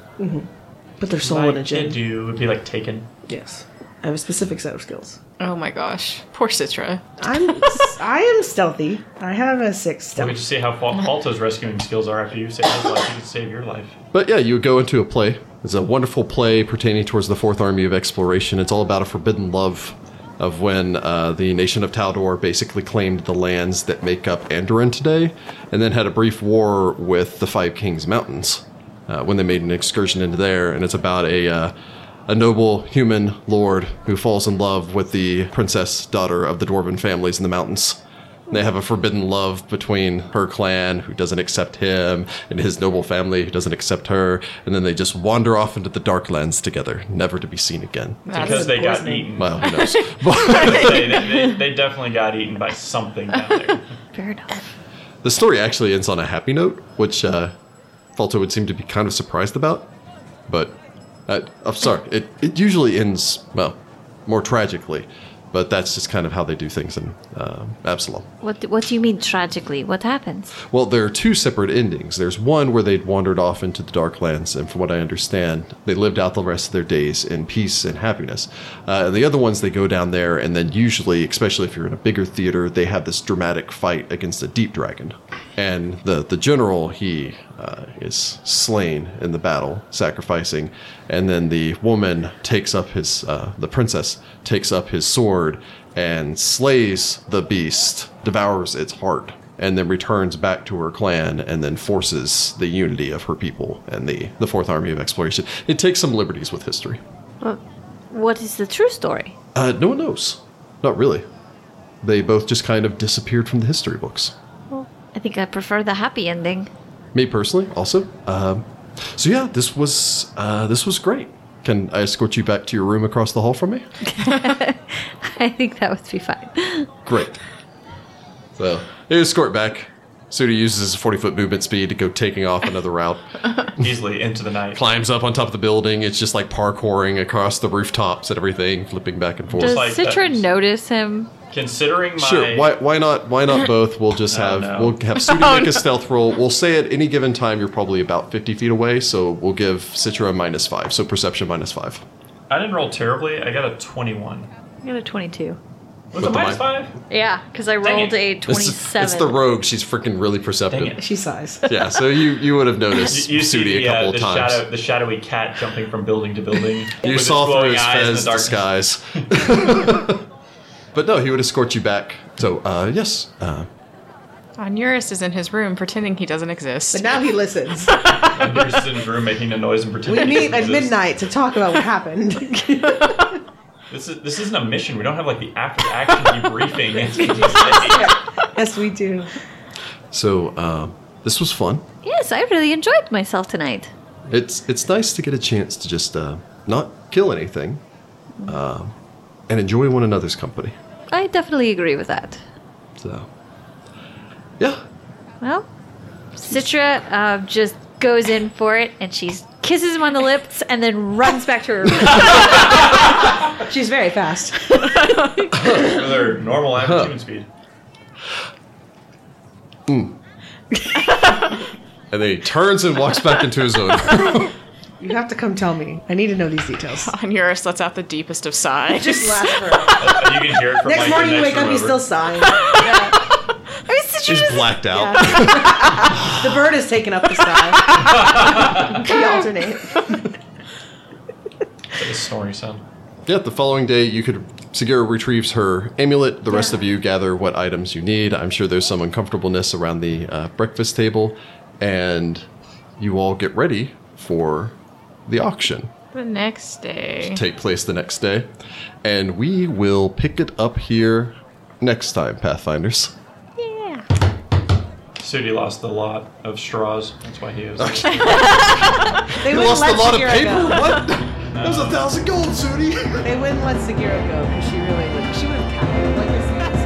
Speaker 5: Put their soul in a
Speaker 3: Like you
Speaker 5: gin.
Speaker 3: do would be like taken.
Speaker 5: Yes. I have a specific set of skills.
Speaker 2: oh my gosh, poor Citra.
Speaker 5: I'm s- I am stealthy. I have a six
Speaker 3: We
Speaker 5: stealth.
Speaker 3: could just see how Fal- Falto's rescuing skills are after you save his life. You could save your life.
Speaker 1: but yeah, you would go into a play. It's a wonderful play pertaining towards the Fourth Army of Exploration. It's all about a forbidden love of when uh, the nation of Taldor basically claimed the lands that make up Andoran today, and then had a brief war with the Five Kings Mountains uh, when they made an excursion into there. And it's about a uh, a noble human lord who falls in love with the princess daughter of the dwarven families in the mountains. They have a forbidden love between her clan, who doesn't accept him, and his noble family, who doesn't accept her, and then they just wander off into the dark lands together, never to be seen again.
Speaker 3: Because they got
Speaker 5: poisoning.
Speaker 3: eaten.
Speaker 1: Well, who knows?
Speaker 3: they, they- they- they definitely got eaten by something down there.
Speaker 4: Fair enough.
Speaker 1: the story actually ends on a happy note, which uh, Falto would seem to be kind of surprised about. But uh, I'm sorry, it, it usually ends, well, more tragically, but that's just kind of how they do things in um Absalom.
Speaker 4: What What do you mean tragically? What happens?
Speaker 1: Well, there are two separate endings. There's one where they'd wandered off into the dark lands, and from what I understand, they lived out the rest of their days in peace and happiness. Uh, and the other ones, they go down there, and then usually, especially if you're in a bigger theater, they have this dramatic fight against a deep dragon. And the, the general, he uh, is slain in the battle, sacrificing, and then the woman takes up his, uh, the princess takes up his sword and slays the beast, devours its heart and then returns back to her clan and then forces the unity of her people and the, the Fourth Army of Exploration. It takes some liberties with history.
Speaker 4: What is the true story?
Speaker 1: Uh, no one knows. Not really. They both just kind of disappeared from the history books.
Speaker 4: I think I prefer the happy ending.
Speaker 1: Me personally, also. Um, so yeah, this was uh, this was great. Can I escort you back to your room across the hall from me?
Speaker 4: I think that would be fine.
Speaker 1: Great. So they escort back. Suda uses his 40 foot movement speed to go taking off another route.
Speaker 3: Easily into the night.
Speaker 1: climbs up on top of the building. It's just like parkouring across the rooftops and everything, flipping back and forth.
Speaker 4: Does
Speaker 3: like that.
Speaker 4: Citra notice him?
Speaker 3: Considering my
Speaker 1: sure, why, why not? Why not both? We'll just
Speaker 3: Oh,
Speaker 1: have
Speaker 3: no.
Speaker 1: we'll have Sudi make a stealth roll. We'll say at any given time you're probably about fifty feet away, so we'll give Citra a minus five, so perception minus five.
Speaker 3: I didn't roll terribly. I got a 21.
Speaker 4: I got a 22.
Speaker 3: Was
Speaker 1: With
Speaker 3: it
Speaker 1: the
Speaker 3: minus
Speaker 1: mi-
Speaker 3: five?
Speaker 4: Yeah, because I
Speaker 3: Dang
Speaker 4: rolled
Speaker 3: it.
Speaker 4: a
Speaker 1: It's,
Speaker 4: 27.
Speaker 1: it's the rogue. She's freaking really
Speaker 3: Dang
Speaker 1: perceptive.
Speaker 3: it.
Speaker 5: She sighs.
Speaker 1: Yeah, so you, you would have noticed
Speaker 3: You, you see
Speaker 1: Sudi
Speaker 3: the,
Speaker 1: a
Speaker 3: uh,
Speaker 1: couple
Speaker 3: the,
Speaker 1: of times.
Speaker 3: shadow, the shadowy cat jumping from building to building.
Speaker 1: You
Speaker 3: with
Speaker 1: saw through
Speaker 3: glowing
Speaker 1: his
Speaker 3: eyes in the
Speaker 1: fez
Speaker 3: darkness.
Speaker 1: disguise. but no, he would escort you back. So, uh, yes. Uh,
Speaker 2: Onuris is in his room pretending he doesn't
Speaker 5: But
Speaker 2: exist.
Speaker 5: now he listens.
Speaker 3: And You're just in his room making a noise and
Speaker 5: We
Speaker 3: pretending. it
Speaker 5: meet at
Speaker 3: doesn't exist.
Speaker 5: midnight to talk about what happened.
Speaker 3: This is this isn't a mission. We don't have like the after action debriefing. It's just-
Speaker 5: yes, we do.
Speaker 1: so, uh, this was fun.
Speaker 4: yes, I really enjoyed myself tonight.
Speaker 1: It's it's nice to get a chance to just uh, not kill anything, uh, and enjoy one another's company.
Speaker 4: I definitely agree with that.
Speaker 1: So, yeah,
Speaker 4: Well, Citra uh, just goes in for it and she kisses him on the lips and then runs back to her room.
Speaker 5: She's very fast.
Speaker 3: with their normal average human speed.
Speaker 1: and then he turns and walks back into his own.
Speaker 5: You have to come tell me. I need to know these details.
Speaker 2: Onuris lets out the deepest of sighs.
Speaker 5: Just laugh for
Speaker 3: Uh, You can hear it from
Speaker 5: Next
Speaker 3: like,
Speaker 5: morning
Speaker 3: the
Speaker 5: you
Speaker 3: next
Speaker 5: wake up,
Speaker 3: room
Speaker 5: you still
Speaker 3: over.
Speaker 5: sighing.
Speaker 4: I mean, Citra
Speaker 1: She's
Speaker 4: was-
Speaker 1: blacked out.
Speaker 5: The bird has taken up the sigh. we alternate.
Speaker 3: It's like a snoring sound.
Speaker 1: Yeah, the following day, you could. Segura retrieves her amulet. The rest of you gather what items you need. I'm sure there's some uncomfortableness around the uh, breakfast table, and you all get ready for the auction
Speaker 2: the next day.
Speaker 1: take place the next day. And we will pick it up here next time, Pathfinders.
Speaker 4: Yeah.
Speaker 3: Sudi lost a lot of straws. That's why he was.
Speaker 5: They
Speaker 1: You
Speaker 5: wouldn't
Speaker 1: lost
Speaker 5: let
Speaker 1: a lot of
Speaker 5: Sagira
Speaker 1: paper?
Speaker 5: go.
Speaker 1: What? That was a thousand gold, Sudi!
Speaker 5: They wouldn't let Segura go because she really would. She would have counted. Like this.